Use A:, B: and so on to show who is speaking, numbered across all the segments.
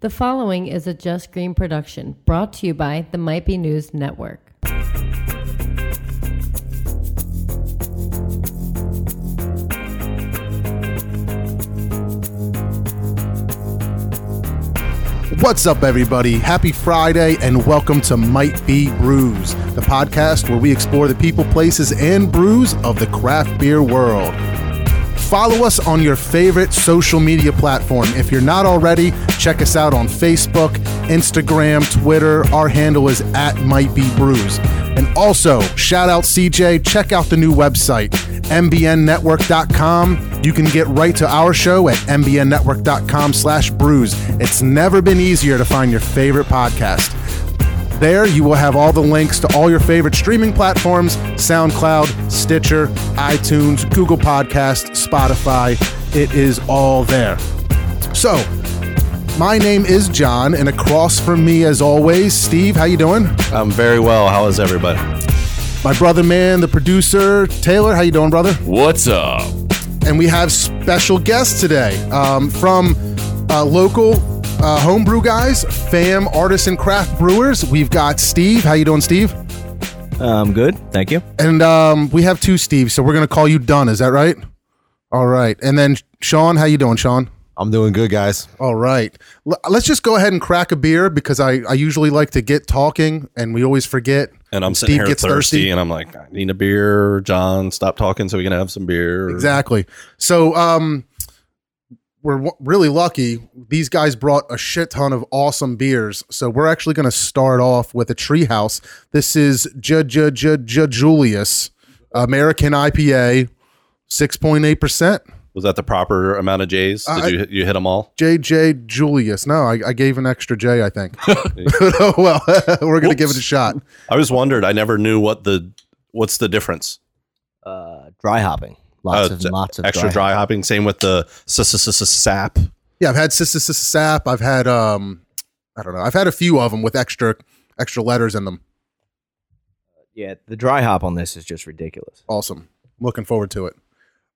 A: The following is a Just Green production brought to you by the Might Be News Network.
B: What's up, everybody? Happy Friday, and welcome to Might Be Brews, the podcast where we explore the people, places, and brews of the craft beer world. Follow us on your favorite social media platform. If you're not already, check us out on Facebook, Instagram, Twitter. Our handle is at Might Be Brews. And also, shout out CJ, check out the new website, mbnnetwork.com. You can get right to our show at mbnnetwork.com slash brews. It's never been easier to find your favorite podcast. There, you will have all the links to all your favorite streaming platforms SoundCloud, Stitcher, iTunes, Google Podcasts, Spotify. It is all there. So, my name is John, and across from me, as always, Steve. How you doing?
C: I'm very well. How is everybody?
B: My brother, man, the producer, Taylor. How you doing, brother?
C: What's up?
B: and we have special guests today um, from uh, local uh, homebrew guys, Fam Artisan Craft Brewers. We've got Steve. How you doing, Steve?
C: I'm good. Thank you.
B: And um, we have two Steves, so we're gonna call you Dunn. Is that right? All right. And then Sean, how you doing, Sean?
C: I'm doing good, guys.
B: All right. L- let's just go ahead and crack a beer because I, I usually like to get talking and we always forget.
C: And I'm sitting
B: Steve
C: here
B: gets
C: thirsty,
B: thirsty.
C: and I'm like, I need a beer. John, stop talking so we can have some beer.
B: Exactly. So um, we're w- really lucky. These guys brought a shit ton of awesome beers. So we're actually going to start off with a treehouse. This is J J J J Julius American IPA, six point eight percent.
C: Was that the proper amount of J's?
D: Uh,
C: Did
B: I-
C: you you hit them all?
B: JJ Julius. No, I, I gave an extra J, I think. oh, well, we're going to give it a
C: Whoops.
B: shot.
C: I was wondered. I never knew what the what's the difference.
D: uh, dry hopping. Lots
C: Uh,
D: of
C: d-
D: lots of
C: extra
D: dry.
C: dry hopping. Same with the s- s- s- s- sap.
B: Yeah, I've had Sister Sister Sap. I've had, um, I don't know, I've had a few of them with extra extra letters in them.
D: Yeah, the dry hop on this is just ridiculous.
B: Awesome. I'm looking forward to it.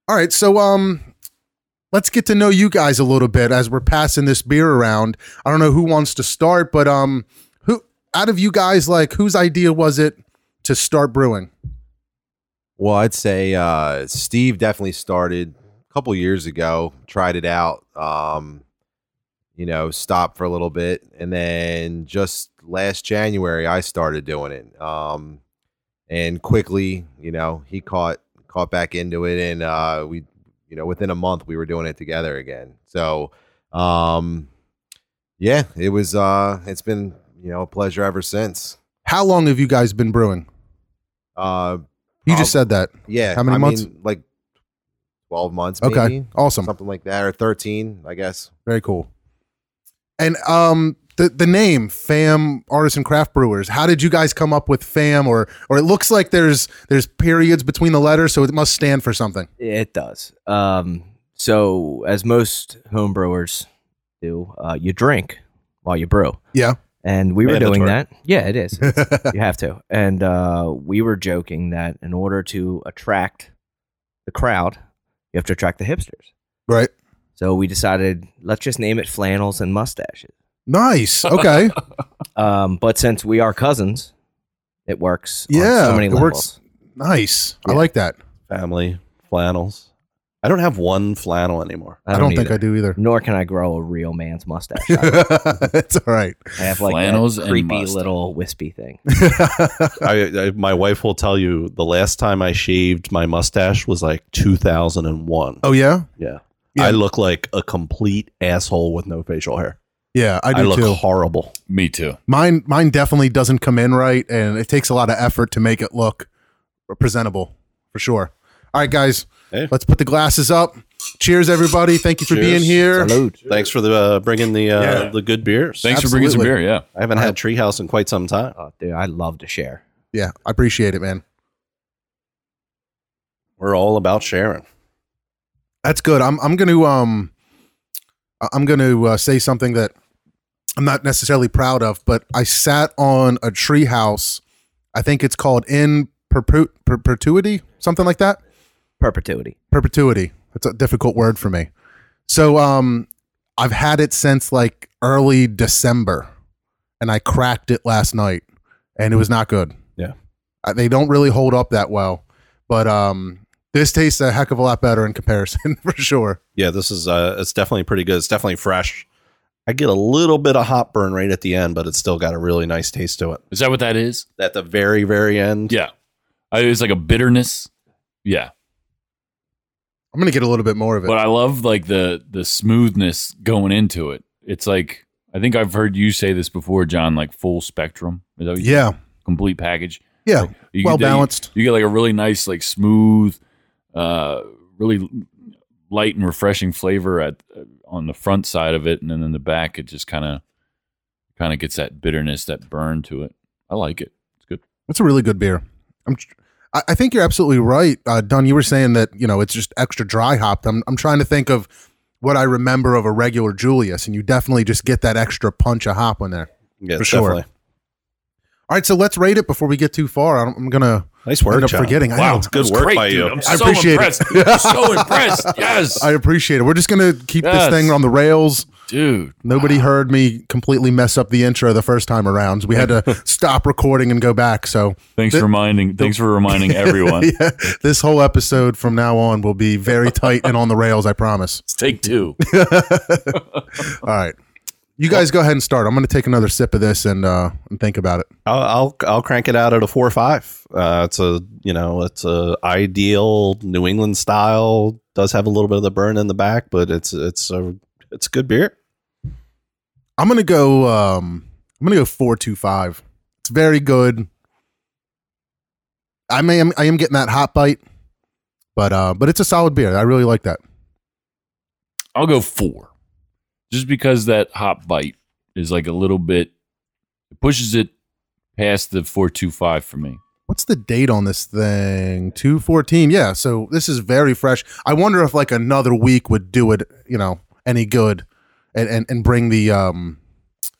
B: All right, so um let's get to know you guys a little bit as we're passing this beer around. I don't know who wants to start, but um who out of you guys like whose idea was it to start brewing?
E: Well, I'd say uh, Steve definitely started a couple years ago, tried it out, um, you know, stopped for a little bit. And then just last January, I started doing it. Um, and quickly, you know, he caught caught back into it. And uh, we, you know, within a month, we were doing it together again. So, um, yeah, it was, uh, it's been, you know, a pleasure ever since.
B: How long have you guys been brewing?
E: Uh,
B: You just said that.
E: yeah.
B: How many
E: I
B: months?
E: Mean, like 12 months, maybe.
B: Okay. Awesome.
E: Something like that, or 13, I guess.
B: Very cool. And um the the name Fam Artisan Craft Brewers. How did you guys come up with Fam or or it looks like there's there's periods between the letters so it must stand for something.
D: It does. Um, so, as most home brewers do, uh, you drink while you brew.
B: Yeah.
D: And we were doing
C: Mandatory.
D: that. Yeah, it is. you have to. And uh, we were joking that in order to attract the crowd, you have to attract the hipsters.
B: Right.
D: So we decided let's just name it flannels and mustaches.
B: Nice. Okay.
D: Um, but since we are cousins, it works. on
B: Yeah,
D: so many
B: it works
D: levels.
B: Nice. I
D: Yeah.
B: like that.
C: Family flannels. I don't have one flannel anymore.
B: I don't, think
D: either.
B: I do either.
D: nor can I grow a real man's mustache. I
B: it's all right.
D: have like
F: Flannels
D: that
F: and
D: creepy
F: mustache.
D: little wispy thing.
C: I, I my wife will tell you the last time I shaved my mustache was like 2001.
B: oh yeah,
C: Yeah.
B: Yeah.
C: I look like a complete asshole with no facial hair.
B: yeah. I
C: I,
B: do
C: look
B: too.
C: horrible.
F: Me too.
B: Mine, mine definitely doesn't come in right, and it takes a lot of effort to make it look presentable for sure. All right, guys,
C: Hey.
B: let's put the glasses up. Cheers, everybody! Thank you for
C: Cheers.
B: being here.
C: Thanks for the uh, bringing the uh, the good beers.
F: Thanks for bringing some beer.
B: Absolutely.
F: Yeah.
C: I haven't had Treehouse in quite some time.
D: Oh, dude, I love to share.
B: Yeah, I appreciate it, man.
C: We're all about sharing.
B: That's good. I'm I'm going to um I- I'm going to uh, say something that I'm not necessarily proud of, but I sat on a treehouse. I think it's called in perpu- per- perpetuity, something like that.
D: Perpetuity.
B: Perpetuity. That's a difficult word for me. So um I've had it since like early December, and I cracked it last night, and it was not good.
C: Yeah.
B: Uh, they don't really hold up that well, but um, this tastes a heck of a lot better in comparison for sure.
C: Yeah, this is uh, it's definitely pretty good. It's definitely fresh. I get a little bit of hot burn right at the end, but it's still got a really nice taste to it
F: Is that what that is?
C: at the very, very end.
F: Yeah. I, it's like a bitterness. Yeah.
B: I'm gonna get a little bit more of it.
F: But I love like the the smoothness going into it. It's like I think I've heard you say this before, John, like full spectrum. Is that what you-
B: yeah,
F: complete package.
B: yeah,
F: Like, you
B: well
F: get-
B: balanced.
F: You, get like a really nice, like smooth, uh, really light and refreshing flavor at uh, on the front side of it, and then in the back, it just kind of kind of gets that bitterness, that burn to it. I like it. It's good.
B: That's a really good beer. I'm, tr- I I think you're absolutely right, uh, Don. You were saying that you know it's just extra dry hopped. I'm I'm trying to think of what I remember of a regular Julius, and you definitely just get that extra punch of hop in there.
C: Yeah,
B: For sure. All right, so let's rate it before we get too far. I don't- I'm gonna
C: Nice work,
B: end up
C: John.
B: forgetting. I know.
F: Wow,
C: it's good work by you.
F: I'm
B: I
F: so
B: appreciate it.
F: impressed. I'm so impressed. Yes,
B: I appreciate it. We're just gonna keep
F: Yes.
B: this thing on the rails.
F: dude.
B: Nobody heard me completely mess up the intro the first time around. We had to stop recording and go back. So
F: Thanks
B: The-
F: for reminding. Thanks for reminding everyone.
B: yeah, this whole episode from now on will be very tight and on the rails. I promise.
F: It's take two.
B: All right. You guys go ahead and start. I'm going to take another sip of this and uh, and think about it.
C: I'll, I'll I'll crank it out at a four or five. Uh, it's a you know it's a ideal New England style. Does have a little bit of the burn in the back, but it's it's a it's a good beer.
B: I'm going to go um I'm going to go 425. It's very good. I may I am getting that hot bite, but uh but it's a solid beer. I really like that.
F: I'll go four, just because that hop bite is like a little bit. It pushes it past the four two five for me.
B: What's the date on this thing? 214. Yeah, so this is very fresh. I wonder if like another week would do it, you know, any good and and, and bring the um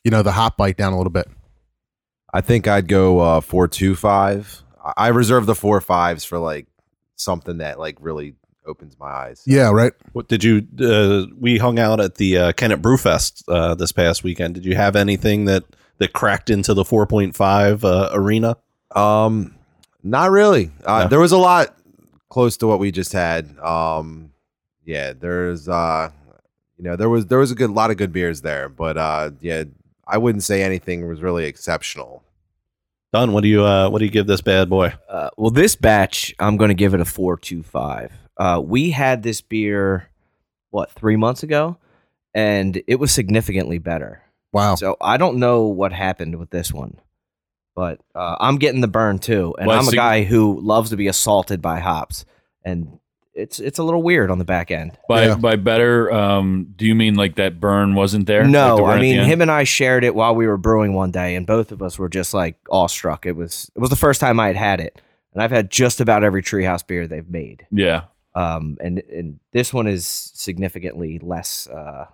B: you know, the hot bite down a little bit.
E: I think I'd go uh, four two five. I- I reserve the four fives for like something that like really opens my eyes.
B: Yeah, right?
C: What did you? Uh, we hung out at the uh, Kennett Brewfest uh, this past weekend. Did you have anything that that cracked into the four point five uh, arena?
E: Um, not really. Uh,
C: No.
E: There was a lot close to what we just had. Um, yeah, there's uh, you know, there was there was a good lot of good beers there, but uh, yeah, I wouldn't say anything was really exceptional.
C: Don, what do you uh, what do you give this bad boy?
D: Uh, well, this batch, I'm going to give it a 425. Uh, we had this beer, what, three months ago? And it was significantly better.
F: Oh.
B: Wow.
D: So I don't know what happened with this one, but uh, I'm getting the burn too. And
F: Well,
D: I'm a
F: sig-
D: guy who loves to be assaulted by hops. And it's, it's a little weird on the back end.
F: By
B: Yeah.
F: by better, um, do you mean like that burn wasn't there? Like the
D: No,
F: burn at
D: I
F: the
D: mean
F: end?
D: him and I shared it while we were brewing one day, and both of us were just like awestruck. It was it was the first time I had had it, and I've had just about every Treehouse beer they've made.
F: Yeah,
D: Um, and and this one is significantly less uh,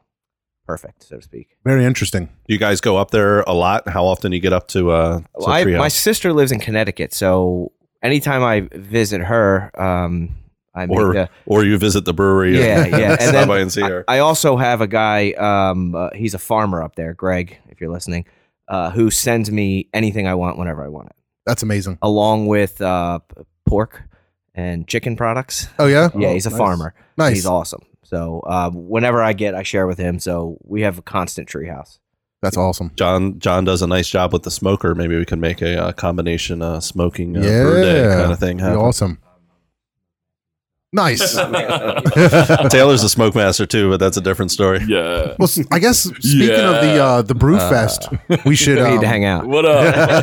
D: perfect, so to speak.
B: Very interesting.
C: Do you guys go up there a lot? How often do you get up to? Uh, to
D: Well, I, my
C: Treehouse?
D: sister lives in Connecticut, so anytime I visit her, um, I make
C: Or-
D: the,
C: or you visit the brewery.
D: Yeah, yeah. And
C: stop
D: then
C: by and see
D: I-
C: her.
D: I, also have a guy. Um, uh, he's a farmer up there, Greg, if you're listening, uh, who sends me anything I want whenever I want it,
B: That's amazing.
D: along with uh, p- pork and chicken products.
B: Oh yeah,
D: yeah, he's a farmer.
B: nice.
D: He's awesome. So uh, whenever I get, I share with him. So we have a constant treehouse.
B: That's awesome.
C: John John does a nice job with the smoker. Maybe we can make a, uh combination uh, smoking uh,
B: Yeah.
C: brew day kind of thing.
B: Be
C: happen.
B: awesome. Nice. well,
C: Taylor's a smoke master too, but that's a different story.
F: yeah.
B: s- I guess speaking of the
F: Yeah.
B: uh, the brew fest, we should.
D: We
B: Um,
D: need to hang out.
F: What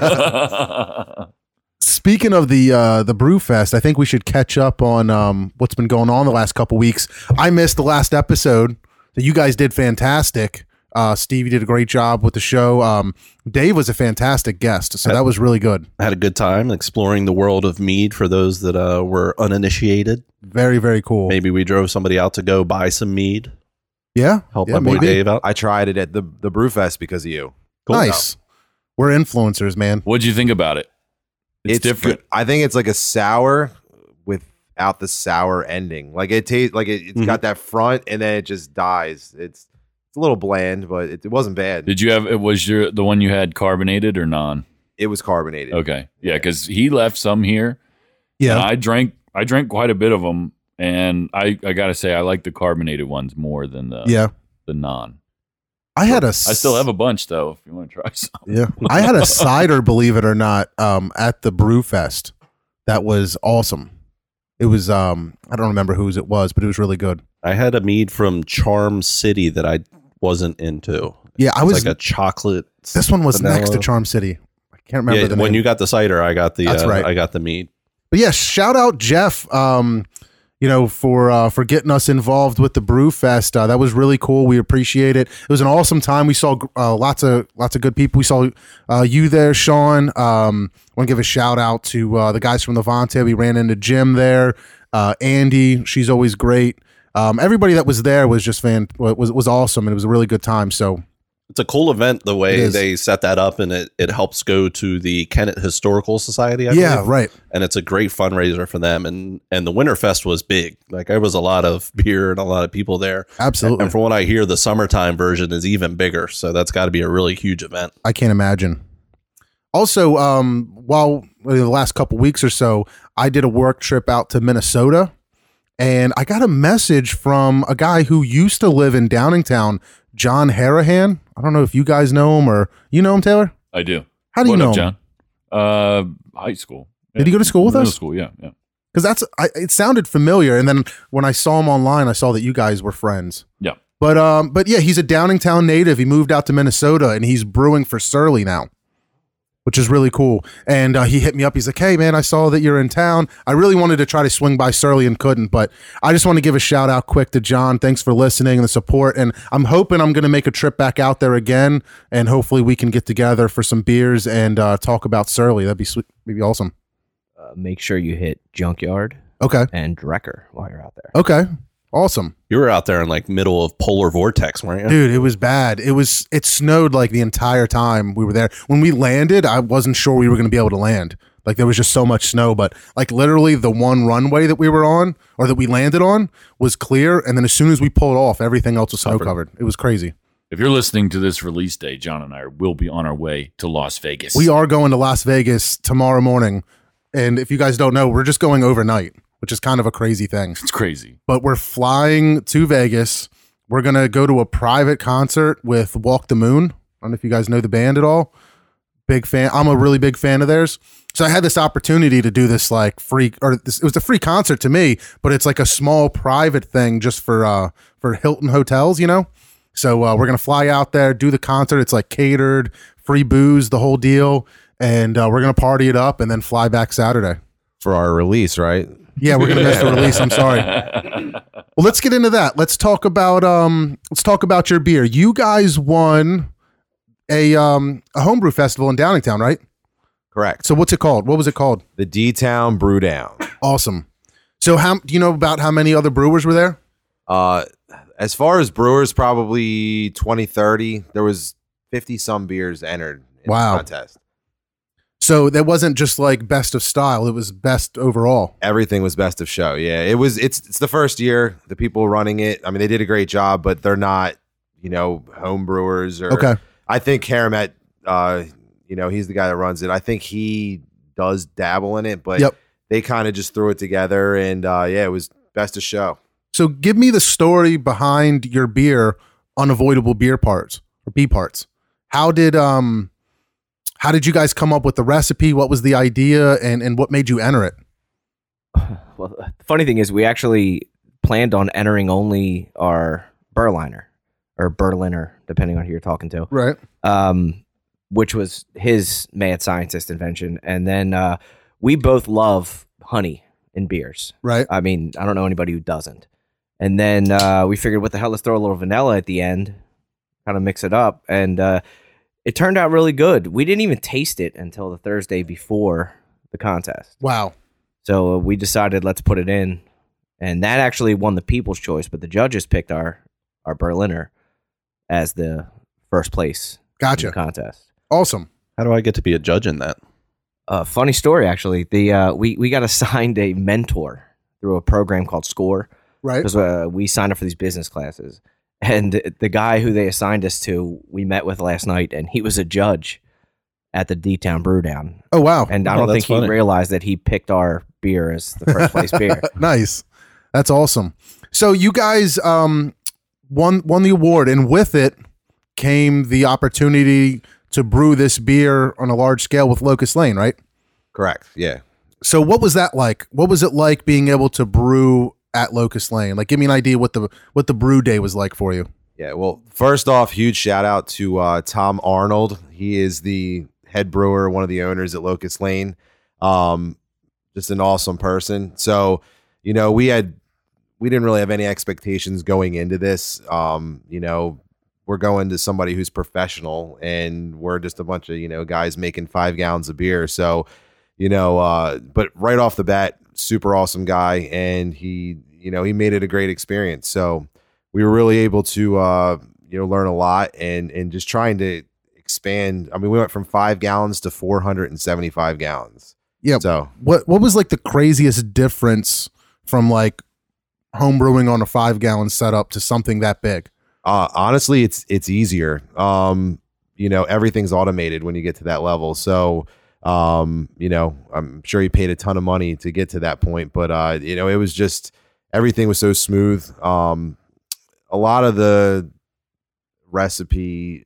F: up?
B: speaking of the uh, the brew fest, I think we should catch up on um, what's been going on the last couple weeks. I missed the last episode. So you guys did fantastic. Uh, Steve, you did a great job with the show. Um, Dave was a fantastic guest, so that was really good.
C: I had a good time exploring the world of mead for those that uh, were uninitiated.
B: Very, very cool.
C: Maybe we drove somebody out to go buy some mead,
B: Yeah,
C: help
B: yeah,
C: my boy
B: maybe.
C: Dave out.
E: I tried it at the the Brewfest because of you.
B: Nice. We're influencers, man.
F: What'd you think about it? It's, different.
E: good. I think it's like a sour without the sour ending. Like it tastes like it, has
C: Mhm.
E: got that front and then it just dies. It's It's a little bland, but it, it wasn't bad.
F: Did you have it? Was your the one you had carbonated or non?
E: it was carbonated.
F: Okay, yeah, because he left some here. And
B: Yeah.
F: I drank I drank quite a bit of them, and I I gotta say I like the carbonated ones more than the
B: Yeah.
F: the non.
B: I had a
F: I still have a bunch though. If you want to try some,
B: Yeah. I had a cider, believe it or not, um, at the Brew Fest. That was awesome. It was um I don't remember whose it was, but it was really good.
C: I had a mead from Charm City that I wasn't into.
B: Yeah, I
C: It's
B: was-
C: like a chocolate.
B: This one was next to
C: vanilla.
B: Charm City. I can't remember
C: Yeah,
B: the
C: when
B: name.
C: you got the cider, I got the
B: That's
C: uh,
B: right.
C: I got the mead.
B: But yeah, shout out Jeff. Um, you know, for uh, for getting us involved with the Brew Fest. Uh, that was really cool. We appreciate it. It was an awesome time. We saw uh, lots of lots of good people. We saw uh, you there, Sean. Um, want to give a shout out to uh, the guys from Levante. We ran into Jim there. Uh, Andy, she's always great. Um, everybody that was there was just fan was was awesome, and it was a really good time. So
C: It's a cool event the
B: It
C: way
B: is.
C: they set that up, and it, it helps go to the Kennett Historical Society. I
B: yeah,
C: believe.
B: right.
C: and it's a great fundraiser for them. And and the Winterfest was big. Like there was a lot of beer and a lot of people there.
B: Absolutely.
C: And from what I hear, the summertime version is even bigger. So that's got to be a really huge event.
B: I can't imagine. Also, um, while in the last couple weeks or so, I did a work trip out to Minnesota, and I got a message from a guy who used to live in Downingtown, John Harahan. I don't know if you guys know him or you know him, Taylor.
F: I do.
B: How do you
F: what
B: know
F: up,
B: him?
F: John? Uh, high school.
B: Did he go to school with
F: Middle
B: us?
F: School, yeah, yeah.
B: Because that's I, it sounded familiar, and then when I saw him online, I saw that you guys were friends.
F: Yeah.
B: But um, but yeah, he's a Downingtown native. He moved out to Minnesota, and he's brewing for Surly now, which is really cool. And uh, he hit me up. He's like, "Hey, man, I saw that you're in town. I really wanted to try to swing by Surly and couldn't, but I just want to give a shout out quick to John. Thanks for listening and the support. And I'm hoping I'm going to make a trip back out there again, and hopefully we can get together for some beers and uh, talk about Surly. That'd be sweet. That'd be awesome.
D: Uh, make sure you hit Junkyard
B: Okay.
D: and Drecker while you're out there.
B: Okay. Awesome.
C: You were out there in like middle of polar vortex, weren't you?
B: Dude, it was bad. It was it snowed like the entire time we were there. When we landed, I wasn't sure we were going to be able to land. Like there was just so much snow, but like literally the one runway that we were on or that we landed on was clear and then as soon as we pulled off, everything else was snow covered. It was crazy.
F: If you're listening to this release day, John and I will be on our way to Las Vegas.
B: We are going to Las Vegas tomorrow morning and if you guys don't know, we're just going overnight, which is kind of a crazy thing.
F: It's crazy.
B: but we're flying to Vegas. We're gonna go to a private concert with Walk the Moon. I don't know if you guys know the band at all. Big fan. I'm a really big fan of theirs. So I had this opportunity to do this like free or this, it was a free concert to me, but it's like a small private thing just for uh for Hilton hotels, you know. So uh, we're gonna fly out there, do the concert. It's like catered, free booze, the whole deal, and uh, we're gonna party it up and then fly back Saturday.
E: for our release, right?
B: Yeah, we're gonna miss the release. I'm sorry. Well, let's get into that. Let's talk about um let's talk about your beer. You guys won a um a homebrew festival in Downingtown, right?
E: Correct.
B: So what's it called? What was it called?
E: The D Town Brew Down.
B: Awesome. So how do you know about how many other brewers were there?
E: Uh, as far as brewers, probably 2030, there was 50 some beers entered in
B: Wow.
E: the contest.
B: So that wasn't just like best of style, it was best overall.
E: Everything was best of show. Yeah, it was. It's it's the first year. The people running it. I mean, they did a great job, but they're not, you know, home brewers or.
B: Okay.
E: I think Karamet, uh, you know, he's the guy that runs it. I think he does dabble in it, but
B: Yep.
E: they kind of just threw it together, and uh, yeah, it was best of show.
B: So give me the story behind your beer unavoidable beer parts or bee parts. How did um how did you guys come up with the recipe? What was the idea and and what made you enter it?
D: well, the funny thing is, we actually planned on entering only our Berliner or Berliner, depending on who you're talking to,
B: Right.
D: um, which was his mad scientist invention. And then uh, we both love honey in beers.
B: Right.
D: I mean, I don't know anybody who doesn't. And then uh, we figured, what the hell? Let's throw a little vanilla at the end, kind of mix it up, and uh, it turned out really good. We didn't even taste it until the Thursday before the contest.
B: Wow.
D: So uh, we decided let's put it in, and that actually won the People's Choice. But the judges picked our our Berliner as the first place in the
B: Gotcha.
D: contest.
B: Awesome.
C: How do I get to be a judge in that?
D: Uh, funny story, actually. The uh, we we got assigned a mentor through a program called Score
B: Right.
D: because uh, we signed up for these business classes, And the guy who they assigned us to, we met with last night, and he was a judge at the D Town Brew Down.
B: Oh wow,
D: And I
C: Oh,
D: don't
C: that's
D: think
C: funny.
D: he realized that he picked our beer as the first place beer.
B: nice. That's awesome. So you guys um, won won the award, and with it came the opportunity to brew this beer on a large scale with Locust Lane, right?
E: Correct. Yeah.
B: So what was that like? What was it like being able to brew at Locust Lane? Like, give me an idea what the what the brew day was like for you.
E: Yeah. Well, first off, huge shout out to uh, Tom Arnold. He is the head brewer, one of the owners at Locust Lane. Um, just an awesome person. So, you know, we had we didn't really have any expectations going into this. Um, you know, we're going to somebody who's professional, and we're just a bunch of you know guys making five gallons of beer. So, you know, uh, but right off the bat, super awesome guy, and he, you know, he made it a great experience. So, we were really able to uh, you know learn a lot and and just trying to expand. I mean, we went from five gallons to four hundred and seventy five gallons.
B: Yeah.
E: So
B: What what was like the craziest difference from like home brewing on a five gallon setup to something that big?
E: uh, honestly, it's it's easier. Um, you know, everything's automated when you get to that level. So um, you know, I'm sure he paid a ton of money to get to that point, but uh, you know, it was just everything was so smooth. Um, a lot of the recipe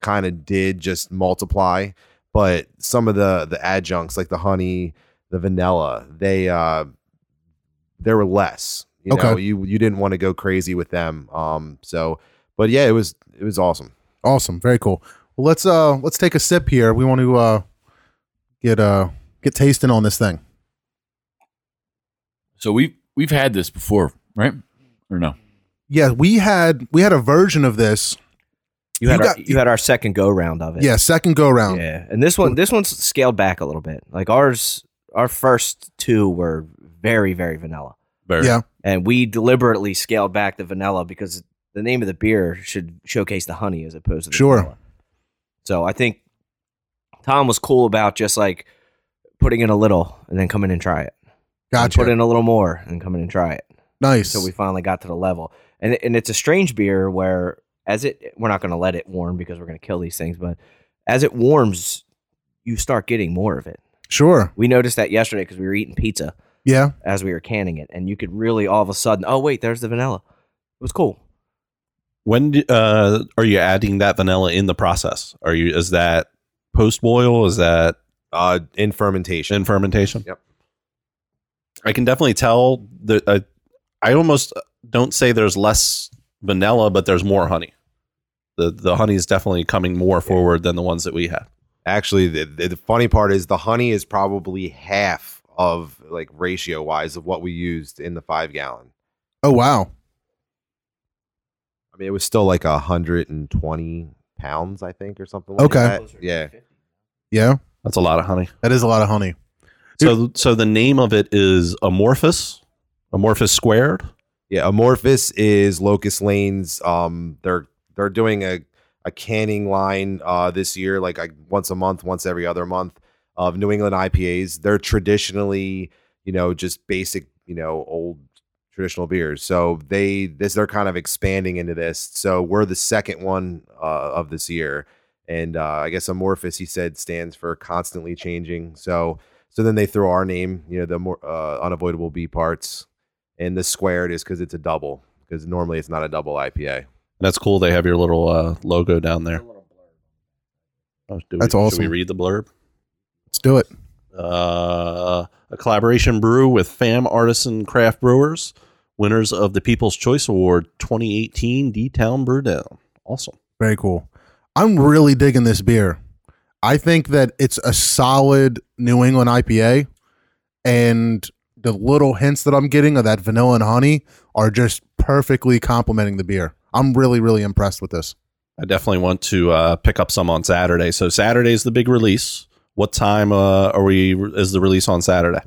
E: kind of did just multiply, but some of the the adjuncts like the honey, the vanilla, they uh there were less. You
B: Okay.
E: know, you you didn't want to go crazy with them. Um so but yeah, it was it was awesome.
B: Awesome, very cool. Well, let's uh let's take a sip here. We want to uh get uh get tasting on this thing.
F: So we've we've had this before, right? Or no?
B: Yeah, we had we had a version of this.
D: You had
B: You
D: our,
B: got- um,
D: you had our second go round of it.
B: Yeah, second go round.
D: Yeah, and this one this one's scaled back a little bit. Like ours, our first two were very very vanilla,
F: Bear.
B: Yeah.
D: and we deliberately scaled back the vanilla because the name of the beer should showcase the honey as opposed to the
B: Sure.
D: vanilla. So I think Tom was cool about just like putting in a little and then come in and try it. And
B: Gotcha.
D: Put in a little more and come in and try it.
B: nice.
D: So we finally got to the level, and it- and it's a strange beer where as it we're not going to let it warm because we're going to kill these things, but as it warms, you start getting more of it.
B: sure.
D: We noticed that yesterday because we were eating pizza
B: Yeah.
D: as we were canning it, and you could really all of a sudden, oh wait, there's the vanilla. It was cool.
C: When do- uh, are you adding that vanilla in the process? Are you is that post boil? Is that
E: Uh in fermentation.
C: in fermentation?
E: Yep.
C: I can definitely tell that I, I almost don't say there's less vanilla, but there's more honey. The the honey is definitely coming more forward than the ones that we had.
E: Actually, the, the, the funny part is the honey is probably half of like ratio wise of what we used in the five gallon.
B: Oh wow.
E: I mean, it was still like a hundred and twenty pounds, I think, or something. Like
B: Okay.
E: that. Uh, Yeah.
B: Yeah.
C: That's a lot of honey.
B: That is a lot of honey.
C: So so the name of it is amorphous, amorphous squared.
E: Yeah. Amorphous is Locust Lane's. Um, they're they're doing a a canning line uh this year, like I, once a month, once every other month of New England IPAs. They're traditionally, you know, just basic, you know, old traditional beers. So they this they're kind of expanding into this. So we're the second one uh, of this year, and uh, I guess Amorphous he said stands for constantly changing. So so then they throw our name, you know, the more uh, unavoidable B parts, and the squared is because it's a double because normally it's not a double IPA.
C: That's cool. They have your little uh, logo down there. Oh, do
B: That's
C: we,
B: awesome.
C: Should we read the blurb?
B: Let's do it.
C: Uh, a collaboration brew with FAM Artisan Craft Brewers, winners of the People's Choice Award 2018 D Town Brew Down. Awesome.
B: Very cool. I'm really digging this beer. I think that it's a solid New England IPA, and the little hints that I'm getting of that vanilla and honey are just perfectly complementing the beer. I'm really, really impressed with this.
C: I definitely want to uh, pick up some on Saturday. So Saturday's the big release. What time uh, are we? Is the release on Saturday?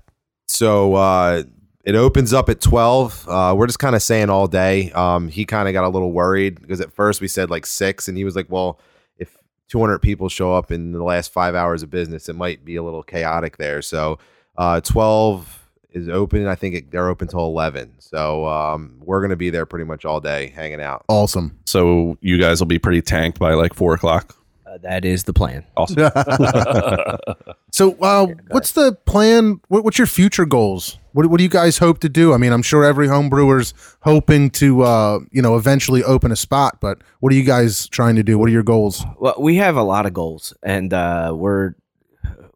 E: So uh, it opens up at 12. Uh, we're just kind of saying all day. Um, he kind of got a little worried because at first we said like six, and he was like, well, if 200 people show up in the last five hours of business, it might be a little chaotic there. So uh, 12 is open. I think it, they're open till eleven. So um, we're gonna be there pretty much all day, hanging out.
B: Awesome.
C: So you guys will be pretty tanked by like four o'clock.
D: Uh, that is the plan.
C: Awesome.
B: So, uh, what's the plan? What, what's your future goals? What, what do you guys hope to do? I mean, I'm sure every home brewer's hoping to, uh, you know, eventually open a spot. But what are you guys trying to do? What are your goals?
D: Well, we have a lot of goals, and uh, we're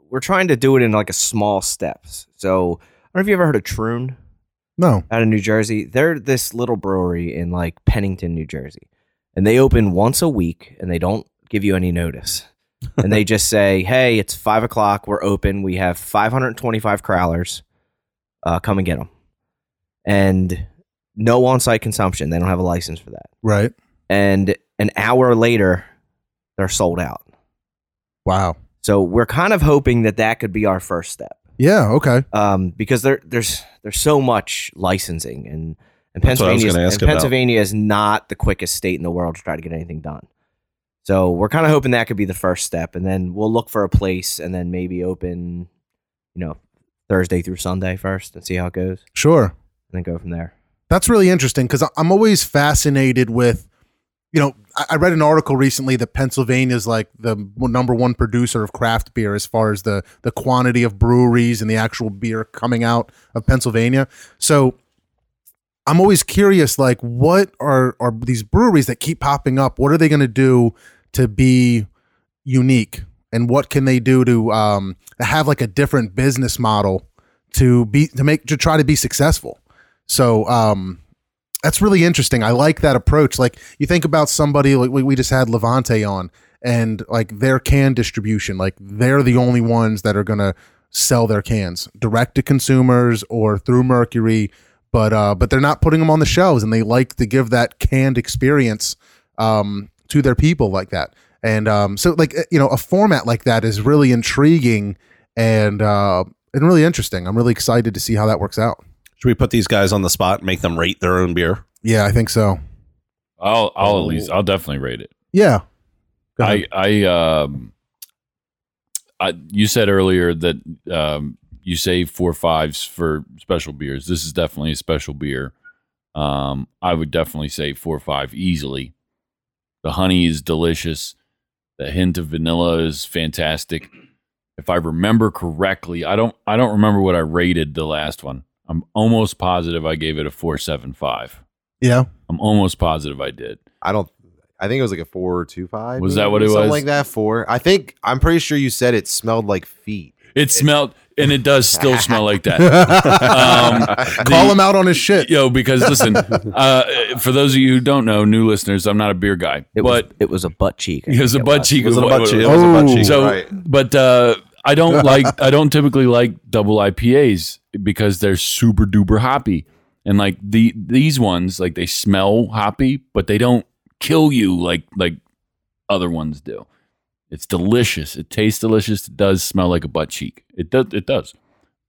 D: we're trying to do it in like a small steps. So I don't know if you ever heard of Troon
B: No.
D: out of New Jersey. They're this little brewery in like Pennington, New Jersey, and they open once a week, and they don't give you any notice. and they just say, "Hey, it's five o'clock. We're open. We have 525 crowlers. Uh, come and get them." And no on-site consumption. They don't have a license for that.
B: Right.
D: And an hour later, they're sold out.
B: Wow.
D: So we're kind of hoping that that could be our first step,
B: Yeah. Okay.
D: um, because there there's there's so much licensing and and
C: That's what I was
D: Pennsylvania
C: gonna
D: is-
C: ask
D: and
C: about.
D: Pennsylvania is not the quickest state in the world to try to get anything done. So we're kind of hoping that could be the first step, and then we'll look for a place, and then maybe open, you know, Thursday through Sunday first, and see how it goes,
B: Sure.
D: and then go from there.
B: That's really interesting because I'm always fascinated with, you know, I, I read an article recently that Pennsylvania is like the m- number one producer of craft beer as far as the the quantity of breweries and the actual beer coming out of Pennsylvania. So I'm always curious, like, what are are these breweries that keep popping up? What are they going to do to be unique, and what can they do to um, to have like a different business model to be to make to try to be successful? So um, that's really interesting. I like that approach. Like you think about somebody like we, we just had Levante on and like their can distribution, like they're the only ones that are gonna sell their cans direct to consumers or through Mercury, but uh, but they're not putting them on the shelves and they like to give that canned experience um, to their people like that. And um, so like eh, you know a format like that is really intriguing and uh, and really interesting. I'm really excited to see how that works out.
C: Should we put these guys on the spot and make them rate their own beer?
B: Yeah, I think so.
F: I'll I'll at least I'll definitely rate it.
B: Yeah. Go ahead.
F: I I um I you said earlier that um you save four fives for special beers. This is definitely a special beer. Um I would definitely say four or five easily. The honey is delicious. The hint of vanilla is fantastic. If I remember correctly, I don't I don't remember what I rated the last one. I'm almost positive I gave it a 475.
B: yeah.
F: I'm almost positive I did.
E: I don't. I think it was like a four two five.
F: Was that
E: maybe,
F: what it
E: Something
F: was?
E: like that. Four. I think. I'm pretty sure you said it smelled like feet.
F: It smelled and it does still smell like that. the-
B: Call him out on his shit.
F: Yo, because listen, uh, for those of you who don't know, new listeners, I'm not a beer guy,
D: It
F: but
D: was it was a butt cheek. I
F: it was a
D: think
F: butt cheek.
C: Was it a butt cheek? It
B: was a butt cheek.
F: So,
E: Right.
F: but uh, I don't like. I don't typically like double IPAs because they're super duper hoppy, and like the these ones, like they smell hoppy, but they don't kill you like like other ones do. It's delicious. It tastes delicious. It does smell like a butt cheek. It does. It does.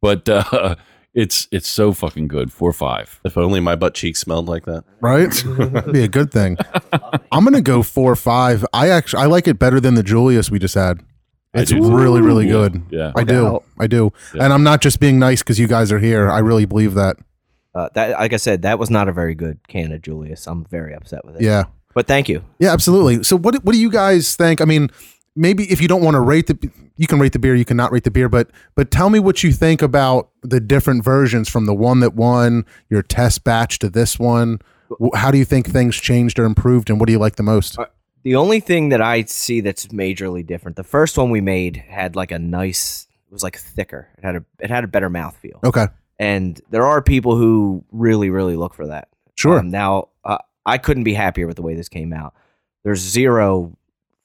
F: But uh, it's it's so fucking good. Four five.
C: If only my butt cheek smelled like that.
B: Right? That'd be a good thing. I'm gonna go four or five. I actually I like it better than the Julius we just had.
F: I
B: It's
F: do too.
B: really, really
F: Ooh.
B: good.
F: Yeah.
B: I do. I do. And I'm not just being nice because you guys are here. I really believe that.
D: Uh, that like I said, that was not a very good can of Julius. I'm very upset with it.
B: Yeah.
D: but thank you.
B: Yeah, absolutely. So what what do you guys think? I mean, maybe if you don't want to rate the you can rate the beer, you can not rate the beer, but but tell me what you think about the different versions from the one that won your test batch to this one. Wh- How do you think things changed or improved and what do you like the most?
D: Uh, The only thing that I see that's majorly different, the first one we made had like a nice, it was like thicker. It had a it had a better mouthfeel.
B: Okay.
D: And there are people who really really look for that.
B: Sure.
D: Um, now uh, I couldn't be happier with the way this came out. There's zero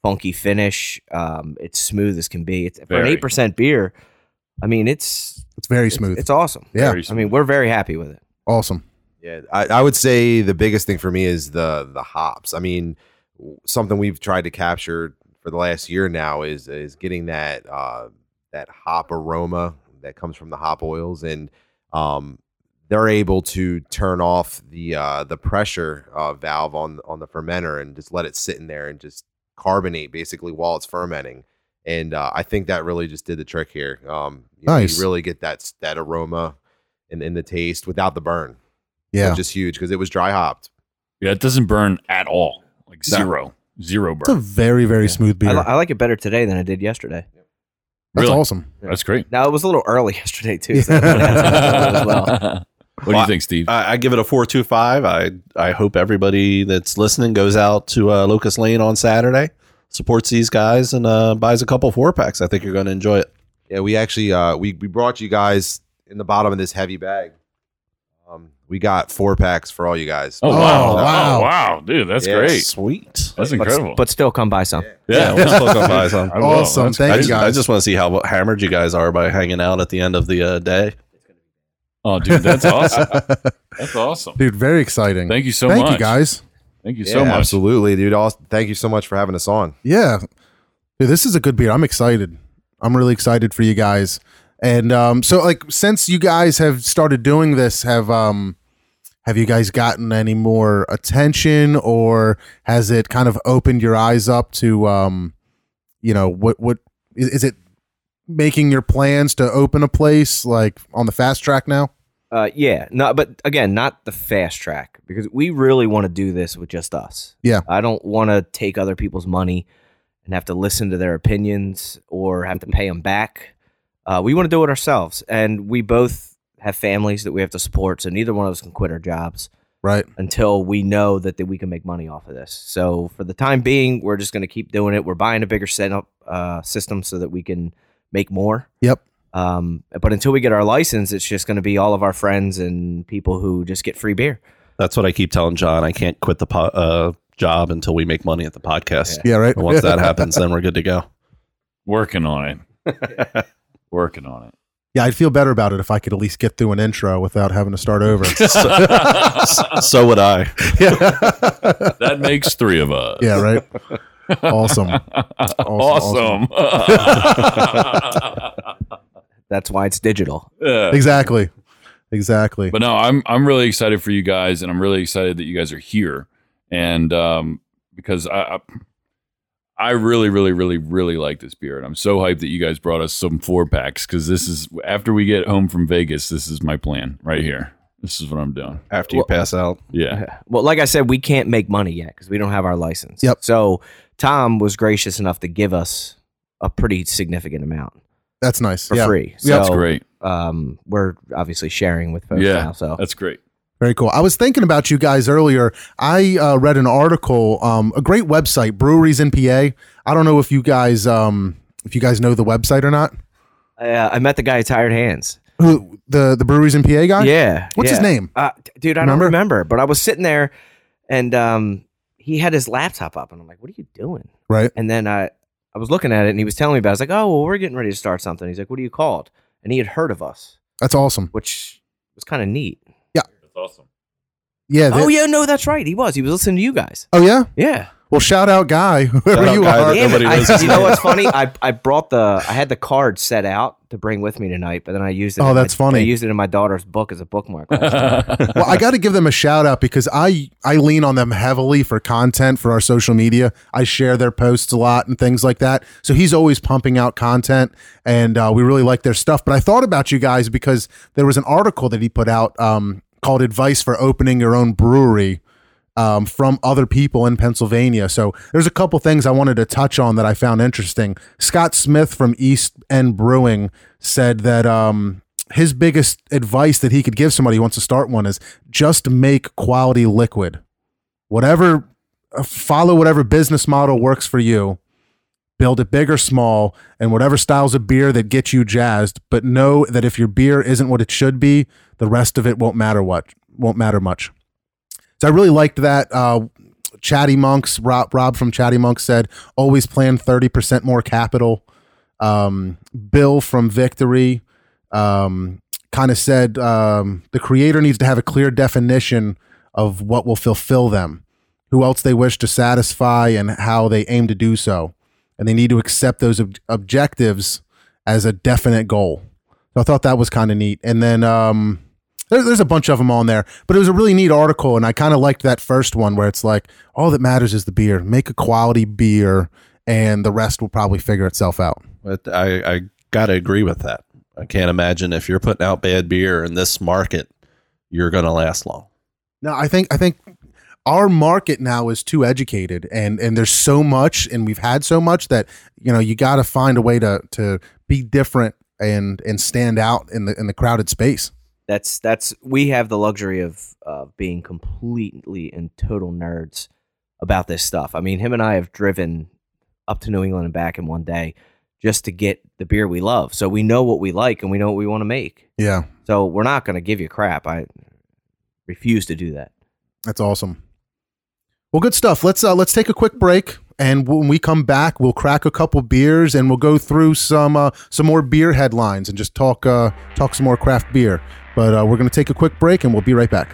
D: funky finish. Um, it's smooth as can be. It's for an
F: Very.
D: eight percent beer. I mean, it's
B: it's very
D: it's-
B: smooth.
D: It's, awesome.
B: yeah.
F: Very
D: I mean, we're very happy with it.
B: awesome.
E: Yeah, I, I would say the biggest thing for me is the the hops. I mean, w- something we've tried to capture for the last year now is is getting that uh, that hop aroma that comes from the hop oils, and um, they're able to turn off the uh, the pressure uh, valve on on the fermenter and just let it sit in there and just carbonate basically while it's fermenting. And uh, I think that really just did the trick here. Um, you know, you
B: Nice.
E: really get that s- that aroma in, in the taste without the burn,
B: Yeah.
E: which is huge because it was dry hopped.
F: Yeah, it doesn't burn at all. Like
C: No.
F: zero, zero
B: It's a
F: burn.
B: very, very smooth beer.
D: I, li- I like it better today than I did yesterday.
B: That's
F: really?
B: awesome.
F: That's great.
D: Now it was a little early yesterday too. So as well.
F: What do you think, Steve?
C: I, I give it a four two five. I I hope everybody that's listening goes out to uh, Locust Lane on Saturday, supports these guys, and uh, buys a couple four packs. I think you're going to enjoy it.
E: Yeah, we actually uh, we we brought you guys in the bottom of this heavy bag. Um, we got four packs for all you guys.
F: oh,
B: Oh,
F: wow.
B: wow.
F: Oh, wow. Dude, that's
E: Yeah.
F: great.
C: Sweet.
D: But-
F: That's incredible.
D: But, still, come buy some.
C: Yeah, we'll still go buy some.
F: I will.
B: Awesome.
F: That's
B: Thank you,
C: I
F: great.
C: just, I
B: guys.
C: just want to see how hammered you guys are by hanging out at the end of the uh, day.
F: Oh, dude, that's awesome. That's awesome.
B: Dude, very exciting.
F: Thank you so
B: Thank
F: much.
B: you, guys.
F: Thank you
E: Yeah,
F: so much.
E: Absolutely, dude. All, thank you so much for having us on.
B: Yeah. Dude, this is a good beer. I'm excited. I'm really excited for you guys. And um, so like since you guys have started doing this, have um have you guys gotten any more attention or has it kind of opened your eyes up to um you know what what is, is it making your plans to open a place like on the fast track now?
D: Uh, yeah, no, but again, not the fast track because we really want to do this with just us.
B: Yeah.
D: I don't want to take other people's money and have to listen to their opinions or have to pay them back. Uh, we want to do it ourselves, and we both have families that we have to support, so neither one of us can quit our jobs
B: Right.
D: until we know that, that we can make money off of this. So for the time being, we're just going to keep doing it. We're buying a bigger setup uh, system so that we can make more.
B: Yep.
D: Um, but until we get our license, it's just going to be all of our friends and people who just get free beer.
C: That's what I keep telling John. I can't quit the po- uh, job until we make money at the podcast.
B: Yeah, right.
C: And once that happens, then we're good to go.
F: Working on it. Working on it.
B: yeah, I'd feel better about it if I could at least get through an intro without having to start over.
C: So would I.
F: that makes three of us.
B: yeah, right. Awesome.
F: awesome.
D: That's why it's digital.
F: Yeah.
B: Exactly. Exactly.
F: But no, I'm I'm really excited for you guys, and I'm really excited that you guys are here, and um, because I, I I really really really really like this beer, and I'm so hyped that you guys brought us some four packs because this is after we get home from Vegas, this is my plan right here. This is what I'm doing.
C: After you
D: Well-
C: pass out.
F: Yeah,
D: Well, like I said, we can't make money yet because we don't have our license.
B: Yep.
D: So Tom was gracious enough to give us a pretty significant amount
B: That's nice.
D: for
B: yeah.
D: free. So,
B: Yeah.
F: that's great.
D: Um, we're obviously sharing with folks
F: Yeah.
D: now. So
F: That's great.
B: Very cool. I was thinking about you guys earlier. I uh, read an article, um, a great website, Breweries in PA. I don't know if you guys, um, if you guys know the website or not.
D: uh, I met the guy at Tired Hands.
B: Who the the Breweries in PA guy?
D: yeah.
B: What's his
D: yeah.
B: name?
D: Uh, d- dude, I
B: Remember?
D: don't remember, but I was sitting there and um, he had his laptop up, and I'm like, what are you doing?
B: Right.
D: And then I, I was looking at it and he was telling me about it. I was like, oh, well, we're getting ready to start something. He's like, what are you called? And he had heard of us,
B: That's awesome.
D: which was kind of neat.
F: That's awesome.
B: Yeah. they-
D: oh, yeah, no, that's right. He was. He was listening to you guys.
B: Oh yeah.
D: Yeah.
B: Well, shout out guy whoever
C: out
B: you
C: guy
B: are.
C: that-
D: Damn it.
C: nobody
D: I-
C: listens
D: you know what's funny? I, I brought the, I had the card set out to bring with me tonight, but then I used it.
B: Oh,
D: in my-
B: that's funny.
D: I used it in my daughter's book as a bookmark.
B: well, I got to give them a shout out because I I lean on them heavily for content for our social media. I share their posts a lot and things like that. So he's always pumping out content, and uh, we really like their stuff. But I thought about you guys because there was an article that he put out um, called "Advice for Opening Your Own Brewery." um, from other people in Pennsylvania. So there's a couple things I wanted to touch on that I found interesting. Scott Smith from East End Brewing said that um, his biggest advice that he could give somebody who wants to start one is just make quality liquid. Whatever, uh, follow whatever business model works for you. Build it big or small, and whatever styles of beer that get you jazzed. But know that if your beer isn't what it should be, the rest of it won't matter what won't matter much. So I really liked that. Uh, Chatty Monks, Rob, Rob from Chatty Monks said, always plan 30% more capital. Um, Bill from Victory um, kind of said, um, the creator needs to have a clear definition of what will fulfill them, who else they wish to satisfy, and how they aim to do so. And they need to accept those ob- objectives as a definite goal. So I thought that was kind of neat. And then. Um, there, there's a bunch of them on there, but it was a really neat article, and I kind of liked that first one where it's like all that matters is the beer. Make a quality beer, and the rest will probably figure itself out.
C: But I, I got to agree with that. I can't imagine if you're putting out bad beer in this market, you're going to last long.
B: No, I think I think our market now is too educated, and and there's so much, and we've had so much that you know you got to find a way to to be different and and stand out in the in the crowded space.
D: That's that's we have the luxury of uh, being completely and total nerds about this stuff. I mean, him and I have driven up to New England and back in one day just to get the beer we love. So we know what we like and we know what we want to make.
B: Yeah,
D: So we're not going to give you crap. I refuse to do that.
B: that's awesome. Well, good stuff. Let's uh, let's take a quick break, and when we come back, we'll crack a couple beers and we'll go through some uh, some more beer headlines and just talk uh, talk some more craft beer. But uh, we're gonna take a quick break, and we'll be right back.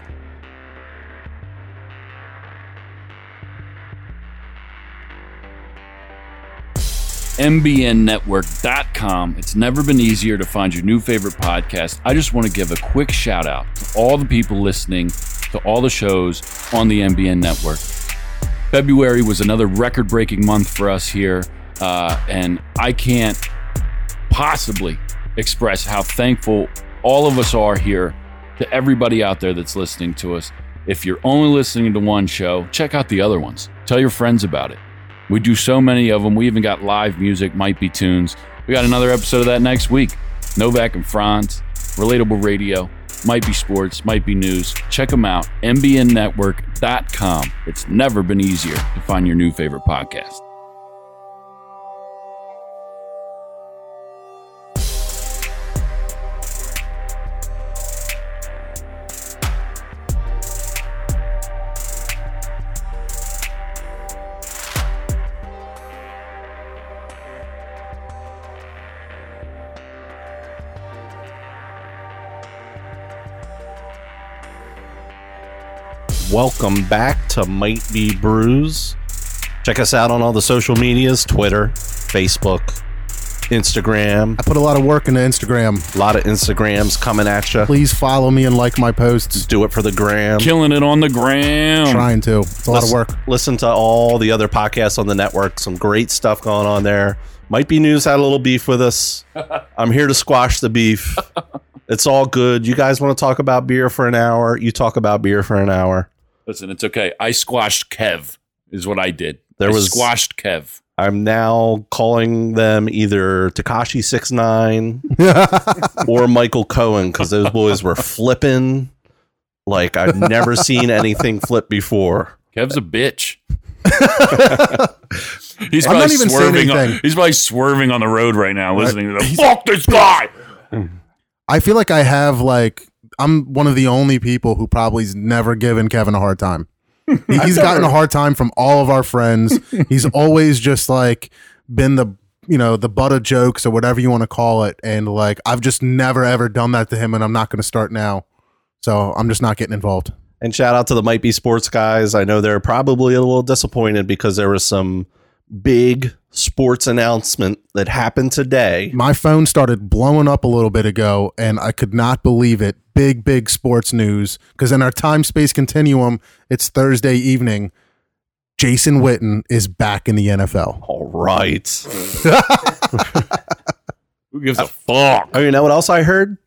F: MBNnetwork.com. It's never been easier to find your new favorite podcast. I just want to give a quick shout out to all the people listening to all the shows on the MBN Network. February was another record breaking month for us here, uh, and I can't possibly express how thankful all of us are here to everybody out there that's listening to us. If you're only listening to one show, check out the other ones. Tell your friends about it. We do so many of them. We even got live music, might be tunes. We got another episode of that next week. Novak and Franz, Relatable Radio, Might Be Sports, Might Be News. Check them out. MBNNetwork.com. It's never been easier to find your new favorite podcast.
C: Welcome back to Might Be Brews. Check us out on all the social medias Twitter, Facebook, Instagram.
B: I put a lot of work into Instagram.
C: A lot of Instagrams coming at you.
B: Please follow me and like my posts.
C: Do it for the gram.
F: Killing it on the gram.
B: Trying to. It's a lot of work.
C: Listen- Listen to all the other podcasts on the network. Some great stuff going on there. Might be news had a little beef with us. I'm here to squash the beef. It's all good. You guys want to talk about beer for an hour? You talk about beer for an hour.
F: Listen, it's okay. I squashed Kev, is what I did.
C: There
F: I
C: was-
F: squashed Kev.
C: I'm now calling them either Takashi Six Nine or Michael Cohen because those boys were flipping like I've never seen anything flip before.
F: Kev's a bitch. he's
B: I'm
F: probably
B: not even saying
F: swerving. On,
B: anything.
F: he's probably swerving on the road right now, listening to the fuck this guy.
B: I feel like I have like I'm one of the only people who probably's never given Kevin a hard time. He- He's gotten a hard time from all of our friends. He's always just like been the you know the butt of jokes or whatever you want to call it, and like I've just never ever done that to him, and I'm not going to start now. So I'm just not getting involved.
C: And shout out to the Might Be Sports guys. I know they're probably a little disappointed because there was some big sports announcement that happened today.
B: My phone started blowing up a little bit ago, and I could not believe it. Big, big sports news. Because in our time space continuum, it's Thursday evening. Jason Witten is back in the NFL.
C: All right.
F: Who gives a fuck?
C: Oh, you know what else I heard?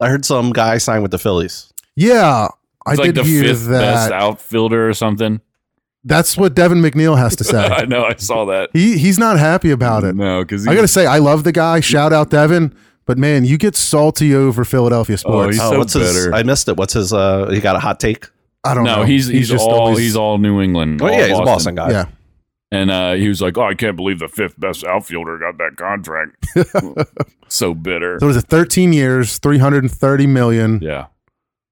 C: I heard some guy sign with the Phillies.
B: Yeah, I
F: It's like
B: did
F: the
B: hear
F: fifth best
B: that.
F: outfielder or something.
B: That's what Devin McNeil has to say.
F: I know. I saw that.
B: he he's not happy about it.
F: No, because
B: I gotta say, I love the guy. Shout out Devin, but man, you get salty over Philadelphia sports.
F: Oh, he's so
C: Oh, what's his?
F: bitter.
C: I missed it. What's his? Uh, he got a hot take.
B: I don't know.
F: no, he's he's,
B: just
F: all
B: always-
F: he's all New England.
C: Oh
F: all
C: yeah, he's a Boston guy.
B: yeah.
F: And uh, he was like, "Oh, I can't believe the fifth best outfielder got that contract." so bitter.
B: So it was 13 years, 330 million,
F: Yeah,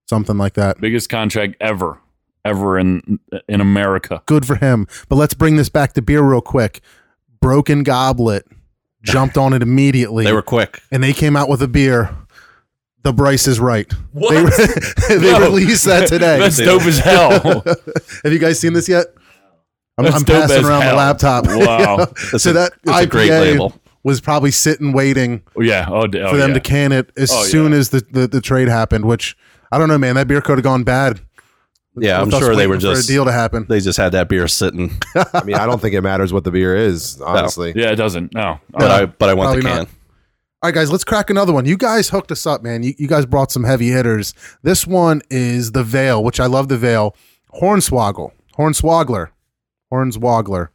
B: something like that.
F: biggest contract ever, ever in in America.
B: good for him. But let's bring this back to beer real quick. Broken Goblet jumped on it immediately,
C: They were quick.
B: and they came out with a beer. The Bryce is right. They, they
F: No.
B: released that today.
F: That's dope as hell.
B: Have you guys seen this yet? I'm,
F: That's
B: I'm
F: dope
B: passing
F: as
B: around
F: hell.
B: the laptop.
F: Wow.
C: It's
B: so
C: a-
B: that
C: it's a great
B: IPA
C: label.
B: was probably sitting waiting
F: yeah. Oh, d- oh,
B: for them
F: yeah.
B: to can it as
F: Oh,
B: soon as the, the, the trade happened. Which I don't know, man. That beer could have gone bad.
C: Yeah, I'm
B: with us
C: sure they
B: waiting
C: were
B: for
C: just
B: a deal to happen.
C: they just had that beer sitting.
E: I mean, I don't think it matters what the beer is, honestly.
F: Yeah, it doesn't. No.
C: But I but I want the
B: probably
C: can.
B: not. All right, guys, let's crack another one. You guys hooked us up, man. You, you guys brought some heavy hitters. This one is the Veil, which I love the Veil. Hornswoggle, Hornswoggler, Hornswoggler.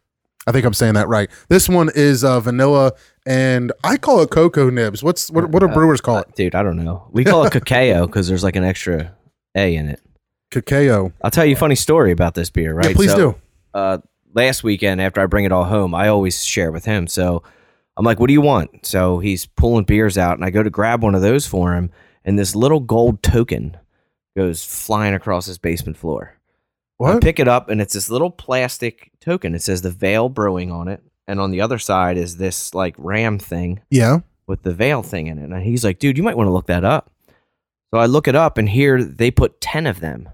B: I think I'm saying that right. This one is uh, vanilla, and I call it cocoa nibs. What's what? What do
D: Uh,
B: brewers call
D: Uh, dude, I don't know. We call it cacao because there's like an extra A in it.
B: it? Cacao.
D: I'll tell you a funny story about this beer, right?
B: Yeah, please
D: So,
B: do.
D: uh, last weekend after I bring it all home, I always share with him. So I'm like, what do you want? So he's pulling beers out, and I go to grab one of those for him, and this little gold token goes flying across his basement floor. I
B: What?
D: pick it up, and it's this little plastic token. It says the Veil Brewing on it, and on the other side is this like ram thing
B: yeah.
D: with the veil thing in it. And he's like, dude, you might want to look that up. So I look it up, and here they put 10 of them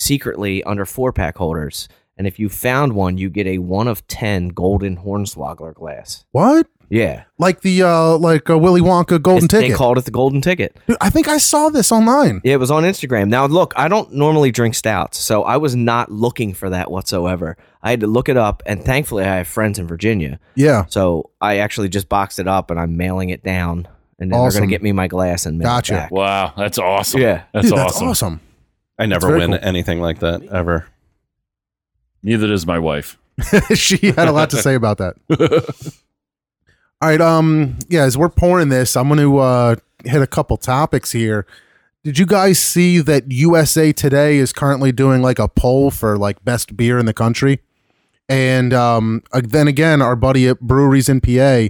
D: secretly under four pack holders. And if you found one, you get a one of 10 golden hornswoggler glass.
B: What?
D: Yeah.
B: Like the uh, like uh, Willy Wonka golden
D: It's-
B: ticket.
D: They called it the golden ticket.
B: Dude, I think I saw this online.
D: Yeah, it was on Instagram. Now, look, I don't normally drink stouts, so I was not looking for that whatsoever. I had to look it up, and thankfully, I have friends in Virginia.
B: Yeah.
D: So I actually just boxed it up and I'm mailing it down. And then they're
B: Awesome.
D: going to get me my glass and mail it
B: Gotcha.
D: back.
F: Wow, that's awesome.
D: Yeah.
F: that's,
B: Dude,
F: awesome.
B: That's awesome.
C: I never
B: very
C: win
B: cool.
C: anything like that ever.
F: Neither does my wife.
B: she had a lot to say about that. All right, um, yeah, as we're pouring this, I'm going to uh, hit a couple topics here. Did you guys see that USA Today is currently doing like a poll for like best beer in the country? And um, uh, then again, our buddy at Breweries in PA,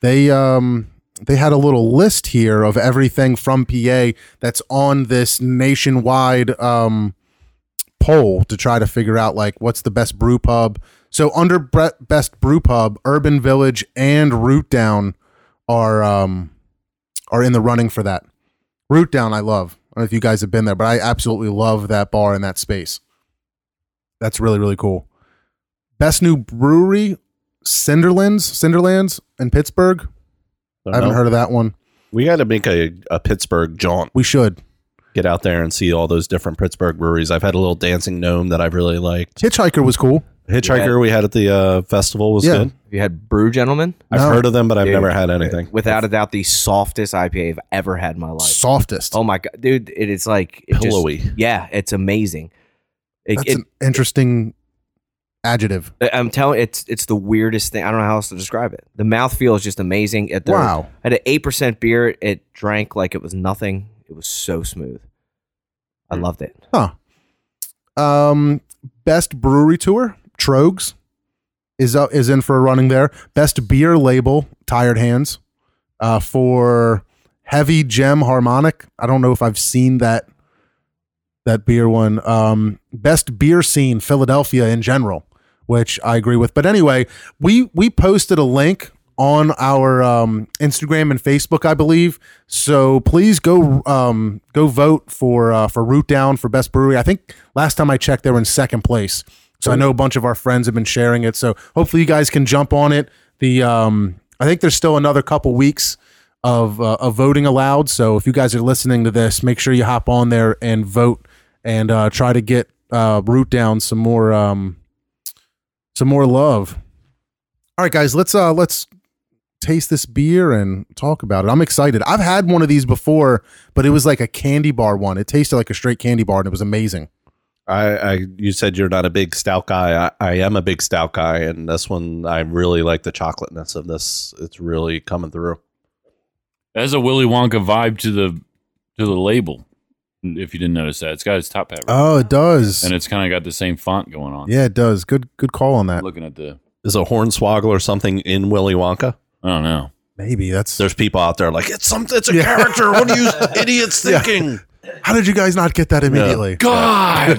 B: they um, they had a little list here of everything from PA that's on this nationwide um, poll to try to figure out like what's the best brew pub. So under bre- best brew pub, Urban Village and Root Down are um are in the running for that. Root Down, I love. I don't know if you guys have been there, but I absolutely love that bar and that space. That's really really cool. Best new brewery, Cinderlands, Cinderlands in Pittsburgh. I haven't heard of that one.
C: We got to make a, a Pittsburgh jaunt.
B: We should
C: Get out there and see all those different Pittsburgh breweries. I've had a little dancing gnome that I've really liked.
B: Hitchhiker was cool.
C: Hitchhiker we had at the uh, festival was
B: Yeah.
C: good.
D: Have you had Brew Gentlemen?
C: I've
B: No.
C: heard of them, but I've
D: Dude,
C: never had anything.
D: Without a doubt, the softest IPA I've ever had in my life.
B: Softest.
D: oh my god, dude! It is like it just-
C: Pillowy.
D: yeah, it's amazing. It,
B: That's
D: it-
B: an interesting adjective.
D: I'm telling, it's it's the weirdest thing. I don't know how else to describe it. The mouthfeel is just amazing. At the,
B: Wow.
D: At an eight percent beer, it drank like it was nothing. It was so smooth. I
B: Hmm.
D: loved it.
B: Um, best brewery tour, Trogs, is up is in for a running there. Best beer label, Tired Hands, uh, for Heavy Gem Harmonic. I don't know if I've seen that that beer one. Um, best beer scene, Philadelphia in general, which I agree with. But anyway, we we posted a link on our um, Instagram and Facebook, I believe. So please go um, go vote for uh, for Root Down for best brewery. I think last time I checked, they were in second place. So I know a bunch of our friends have been sharing it. So hopefully you guys can jump on it. The um, I think there's still another couple weeks of uh, of voting allowed. So if you guys are listening to this, make sure you hop on there and vote and uh, try to get uh, Root Down some more um, some more love. All right, guys, let's uh let's taste this beer and talk about it. I'm excited. I've had one of these before, but it was like a candy bar one. It tasted like a straight candy bar, and it was amazing.
C: I, I you said you're not a big stout guy. I, I am a big stout guy, and this one I really like the chocolateness of this. It's really coming through.
F: That's a Willy Wonka vibe to the to the label. If you didn't notice that, it's got its top hat, right?
B: Oh, it does.
F: and it's kind of got the same font going on.
B: Yeah, it does. Good good call on that.
F: looking at the.
C: Is a hornswoggle or something in Willy Wonka?
F: I don't know.
B: Maybe that's.
C: There's people out there like it's something. It's a
B: Yeah.
C: character. What are you idiots
B: Yeah.
C: thinking?
B: How did you guys not get that immediately?
F: God,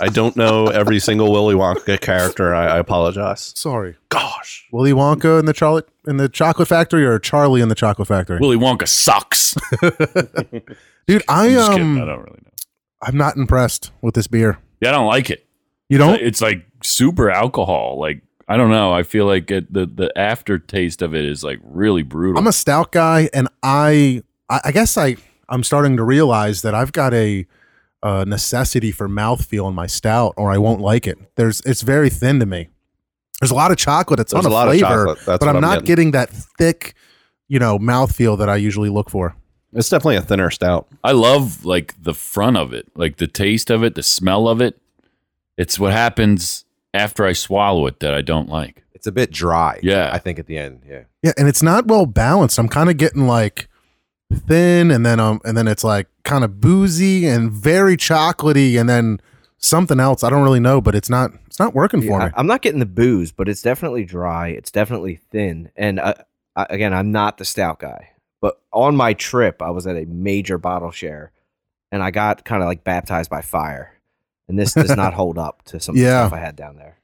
C: I don't know every single Willy Wonka character. I, I apologize.
B: Sorry,
C: Gosh,
B: Willy Wonka in the Charlotte in the Chocolate Factory or Charlie in the Chocolate Factory?
F: Willy Wonka sucks.
B: Dude, I
F: I'm just kidding. I
B: um,
F: don't really know.
B: I'm not impressed with this beer.
F: Yeah, I don't like it.
B: You don't?
F: It's like super alcohol. Like I don't know. I feel like it, the the aftertaste of it is like really brutal.
B: I'm a stout guy, and I, I I guess I, I'm starting to realize that I've got a, uh necessity for mouthfeel in my stout, or I won't like it. There's, it's very thin to me. There's a lot of chocolate, a ton
C: There's a
B: of
C: lot of
B: flavor,
C: chocolate. That's
B: but
C: what
B: I'm,
C: I'm
B: not
C: getting.
B: getting that thick you know, mouthfeel that I usually look for.
C: It's definitely a thinner stout.
F: I love like the front of it, like the taste of it, the smell of it. It's what happens after I swallow it that I don't like.
E: It's a bit dry.
F: Yeah.
E: I think at the end. Yeah.
B: Yeah, and it's not well balanced. I'm kind of getting like thin and then um and then it's like kind of boozy and very chocolatey and then something else. I don't really know, but it's not it's not working for me.
D: I, am not getting the booze, but it's definitely dry. It's definitely thin. And uh, I, again, I'm not the stout guy. But on my trip, I was at a major bottle share, and I got kind of like baptized by fire. And this does not hold up to some of the
B: Yeah.
D: stuff I had down there.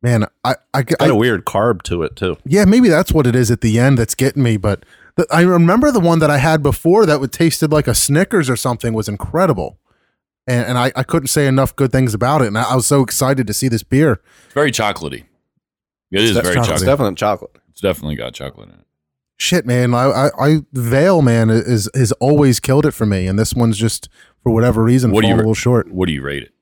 B: Man, I I,
C: Got
B: I
C: a weird carb to it too.
B: yeah, maybe that's what it is at the end that's getting me, but the, I remember the one that I had before that would tasted like a Snickers or something was incredible. And, and I, I couldn't say enough good things about it. And I, I was so excited to see this beer.
F: It's very chocolatey. It is
C: It's
F: very
B: chocolatey.
F: chocolatey.
C: It's definitely chocolate.
F: It's definitely got chocolate in it.
B: Shit, man. I, I, I Veil, man, is, is always killed it for me. And this one's just, for whatever reason,
F: What do
B: falling
F: you
B: a
F: re-
B: little short.
F: What do you rate it?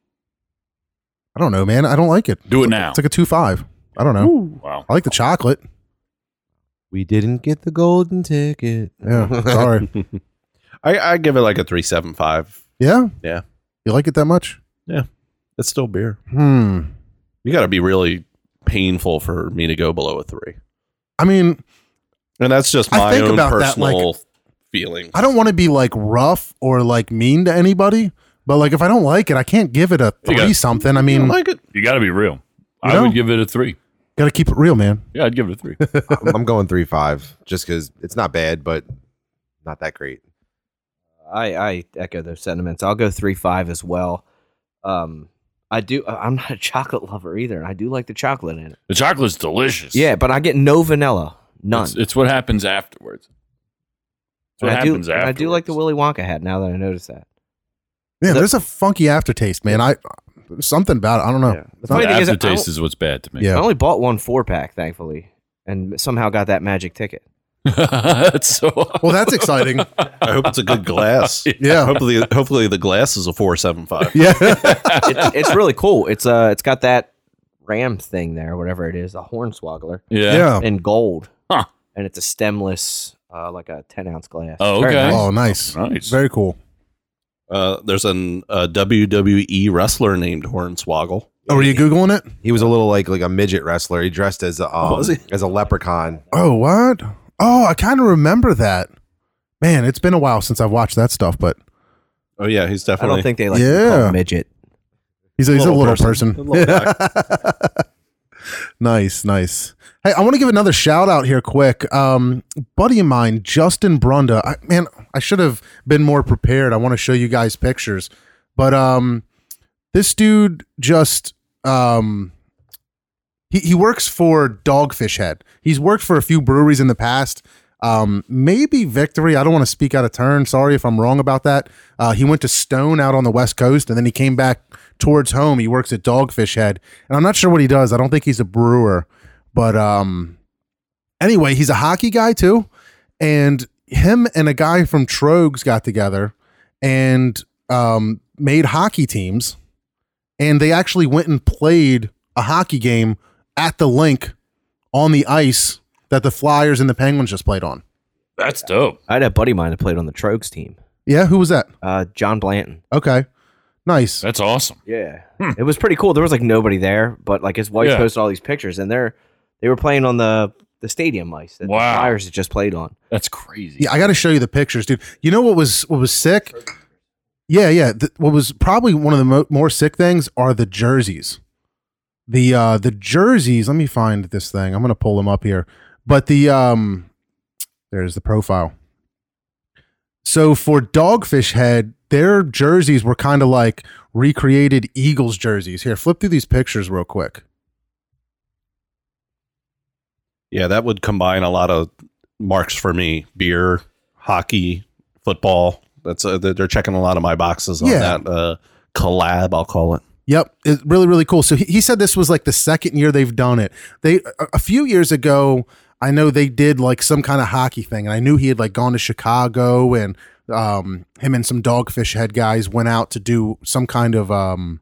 B: I don't know, man. I don't like it.
F: Do it now.
B: It's like a 2.5. I don't know.
F: Wow.
B: I like the chocolate.
E: We didn't get the golden ticket.
B: Yeah. Sorry.
C: I, I give it like a three seven five.
B: yeah?
C: Yeah.
B: You like it that much?
C: It's still beer.
B: Hmm.
C: You got to be really painful for me to go below a three,
B: I mean,
C: and that's just
B: I
C: my
B: think
C: own
B: about that,
C: personal feeling.
B: I don't want to be like rough or like mean to anybody, but like if I don't like it, I can't give it a
F: You
B: three
F: got-
B: something. I
C: You
B: mean,
C: don't like it.
F: You got to be real.
B: You
F: I
B: know?
F: would give it a three.
B: gotta keep it real, man.
F: Yeah, I'd give it a three.
E: I'm I'm going three five just because it's not bad, but not that great.
D: I, I echo those sentiments. I'll go three five as well. Um, I do. I'm not a chocolate lover either, and I do like the chocolate in it.
F: the chocolate's delicious.
D: Yeah, but I get no vanilla, none.
F: It's, it's what happens afterwards. It's what
D: And I do,
F: happens
D: and I do like the
F: afterwards.
D: Willy Wonka hat. Now that I notice that,
B: Yeah,
D: The-
B: there's a funky aftertaste, man. I something about it. I don't know.
D: Yeah.
B: It's
D: The
B: not-
D: funny
F: The
D: thing is, I
F: aftertaste
D: don't-
F: is what's bad to me.
B: Yeah.
D: I only bought one four pack, thankfully, and somehow got that magic ticket.
F: that's so.
B: well, that's exciting.
C: I hope it's a good glass.
B: Yeah.
C: Hopefully, hopefully the glass is a four seven five.
B: Yeah.
D: It's, it's really cool. It's uh, it's got that ram thing there, whatever it is, a hornswoggler
B: yeah.
F: yeah.
D: in gold,
F: Huh.
D: and it's a stemless, uh, like a ten ounce glass.
F: Oh,
D: Very
F: okay.
D: nice.
B: Oh, nice.
F: Nice.
B: Very cool.
C: Uh, there's an uh, WWE wrestler named Hornswoggle.
B: Oh, were you googling it?
E: He was a little like like a midget wrestler. He dressed as a um,
C: was he?
E: as a leprechaun.
B: Oh, what? Oh, I kind of remember that. Man, it's been a while since I've watched that stuff, but
C: Oh yeah, he's
D: I
C: definitely.
D: don't think they like to call
B: Yeah.
D: it midget.
B: he's a, he's
C: Little
B: a little person.
C: person. Little
B: nice, nice. Hey, I want to give another shout out here, quick. Um, buddy of mine, Justin Brunda. I, man, I should have been more prepared. I want to show you guys pictures, but um, this dude just um he, he works for Dogfish Head. He's worked for a few breweries in the past. Um, maybe Victory. I don't want to speak out of turn. Sorry if I'm wrong about that. Uh, he went to Stone out on the West Coast, and then he came back towards home. He works at Dogfish Head, and I'm not sure what he does. I don't think he's a brewer, but um, anyway, he's a hockey guy too. And him and a guy from Trogs got together and um, made hockey teams and they actually went and played a hockey game at the link on the ice that the Flyers and the Penguins just played on.
F: That's dope.
D: I had a buddy of mine that played on the Trogs team,
B: Yeah, who was that?
D: uh, John Blanton.
B: Okay, nice.
F: That's awesome.
D: Yeah, it was pretty cool. There was like nobody there, but like his wife
F: Hmm. Yeah.
D: posted all these pictures, and they're they were playing on the the stadium ice that
F: Wow.
D: the Flyers had just played on.
F: That's crazy.
B: Yeah, I got to show you the pictures, dude. You know what was what was sick? Yeah, yeah. th- what was probably one of the mo- more sick things are the jerseys. The uh the jerseys. Let me find this thing. I'm gonna pull them up here. But the um, there's the profile. So for Dogfish Head, their jerseys were kind of like recreated Eagles jerseys. Here, flip through these pictures real quick.
C: Yeah, that would combine a lot of marks for me: beer, hockey, football. That's uh, they're they're checking a lot of my boxes on
B: Yeah.
C: that uh, collab. I'll call it.
B: Yep, it's really really cool. So he, he said this was like the second year they've done it. They a, a few years ago, I know they did like some kind of hockey thing, and I knew he had like gone to Chicago, and um, him and some Dogfish Head guys went out to do some kind of um,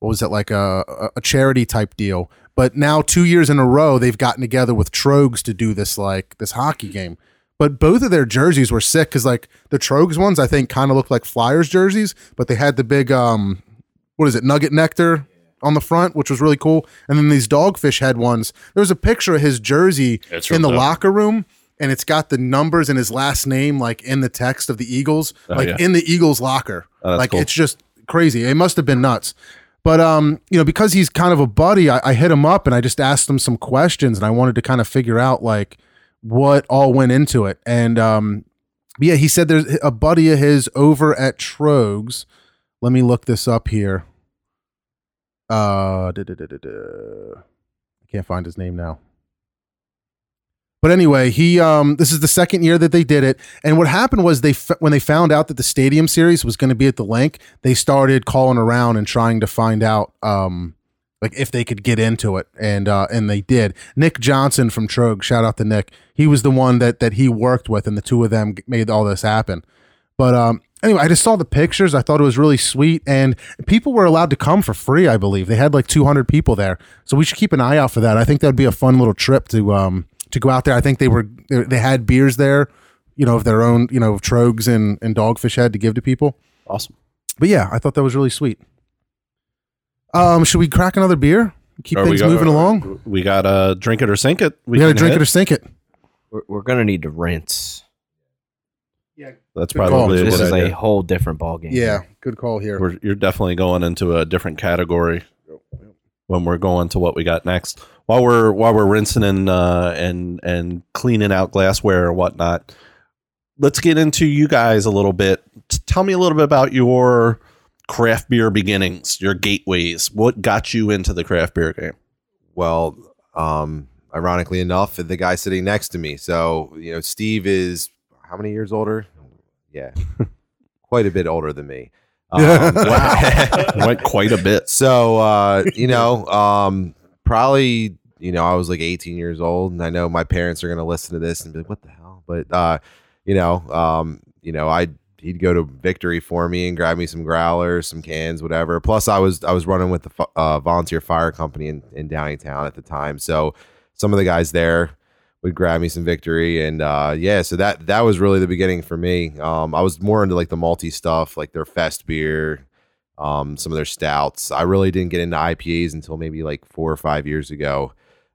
B: what was it like a a- a charity type deal. But now two years in a row, they've gotten together with Trogs to do this like this hockey game, But both of their jerseys were sick because like the Trogs ones, I think, kind of looked like Flyers jerseys, but they had the big um, what is it, Nugget Nectar on the front, which was really cool. And then these dogfish head ones. There was a picture of his jersey
F: That's
B: in the
F: ripped up.
B: locker room. And it's got the numbers and his last name like in the text of the Eagles, like
C: Oh, yeah.
B: in the Eagles locker.
C: Oh, that's
B: like
C: cool.
B: it's just crazy. It must have been nuts. But um, you know, because he's kind of a buddy, I, I hit him up and I just asked him some questions, and I wanted to kind of figure out like what all went into it. And um, yeah, he said there's a buddy of his over at Trogs. Let me look this up here. Uh, duh, duh, duh, duh, duh. I can't find his name now. But anyway, he um, this is the second year that they did it, and what happened was they f- when they found out that the stadium series was going to be at the link, they started calling around and trying to find out um, like if they could get into it, and uh, and they did. Nick Johnson from Trogue, shout out to Nick. He was the one that that he worked with, and the two of them g- made all this happen. But um, anyway, I just saw the pictures. I thought it was really sweet, and people were allowed to come for free. I believe they had like 200 people there, so we should keep an eye out for that. I think that'd be a fun little trip to um to go out there. I think they were they they had beers there, you know, of their own, you know, of trogs and and dogfish head to give to people.
C: Awesome.
B: But yeah, I thought that was really sweet. Um, should we crack another beer? Keep
C: Are we
B: things
C: go-
B: moving along.
C: We got to drink it or sink it.
B: We gotta
C: can
B: drink
C: hit.
B: it or sink it.
D: We're, we're gonna need to rinse.
C: That's
B: Good call.
C: probably a
D: Oh, This
C: good
D: is a
C: idea.
D: whole different ballgame.
B: Yeah, good call here.
C: We're, you're definitely going into a different category when we're going to what we got next. While we're while we're rinsing and uh, and and cleaning out glassware and whatnot, let's get into you guys a little bit. T- tell me a little bit about your craft beer beginnings, your gateways. What got you into the craft beer game?
E: well um ironically enough the guy sitting next to me so you know steve is how many years older yeah quite a bit older than me um,
C: Quite- quite a bit.
E: so uh you know um probably you know i was like 18 years old and i know my parents are gonna listen to this and be like what the hell but uh you know um you know i he'd go to victory for me and grab me some growlers some cans whatever plus i was i was running with the fu- uh, volunteer fire company in, in downtown at the time so some of the guys there would grab me some victory and uh yeah so that that was really the beginning for me um i was more into like the multi stuff like their fest beer um, some of their stouts. I really didn't get into IPAs until maybe like four or five years ago.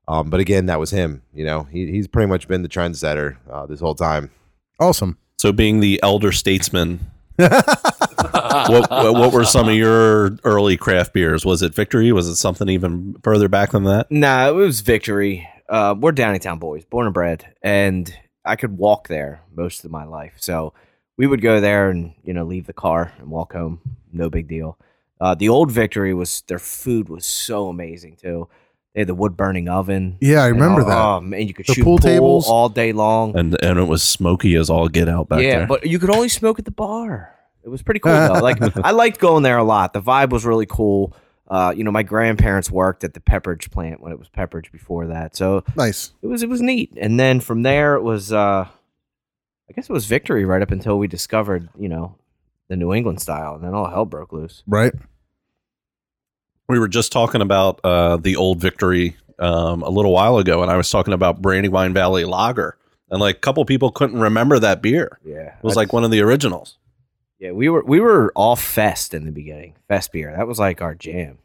E: Um, but again, that was him. You know, he, he's pretty much been the trendsetter uh, this whole time.
B: awesome.
C: So being the elder statesman. what, what what were some of your early craft beers? Was it Victory? Was it something even further back than that?
D: Nah, it was victory. Uh, we're Downtown boys, born and bred, and I could walk there most of my life. So we would go there and you know leave the car and walk home. No big deal. Uh, the old victory was their food was so amazing too. They had the wood burning oven.
B: Yeah, I remember
D: and,
B: that.
D: all- Um, and you could
B: The
D: shoot
B: pool
D: pool,
B: tables.
D: all day long.
C: and and it was smoky as all get out back
D: yeah,
C: there.
D: but you could only smoke at the bar. It was pretty cool though. Like I liked going there a lot. The vibe was really cool. Uh, you know, my grandparents worked at the Pepperidge plant when it was Pepperidge before that, so
B: nice.
D: it was it was neat. And then from there, it was uh, I guess it was victory right up until we discovered you know the New England style, and then all hell broke loose.
B: Right?
C: we were just talking about uh, the old victory um, a little while ago, and I was talking about Brandywine Valley Lager, and like a couple people couldn't remember that beer.
D: Yeah,
C: It was like one of the originals.
D: yeah, we were we were all fest in the beginning, fest beer. That was like our jam.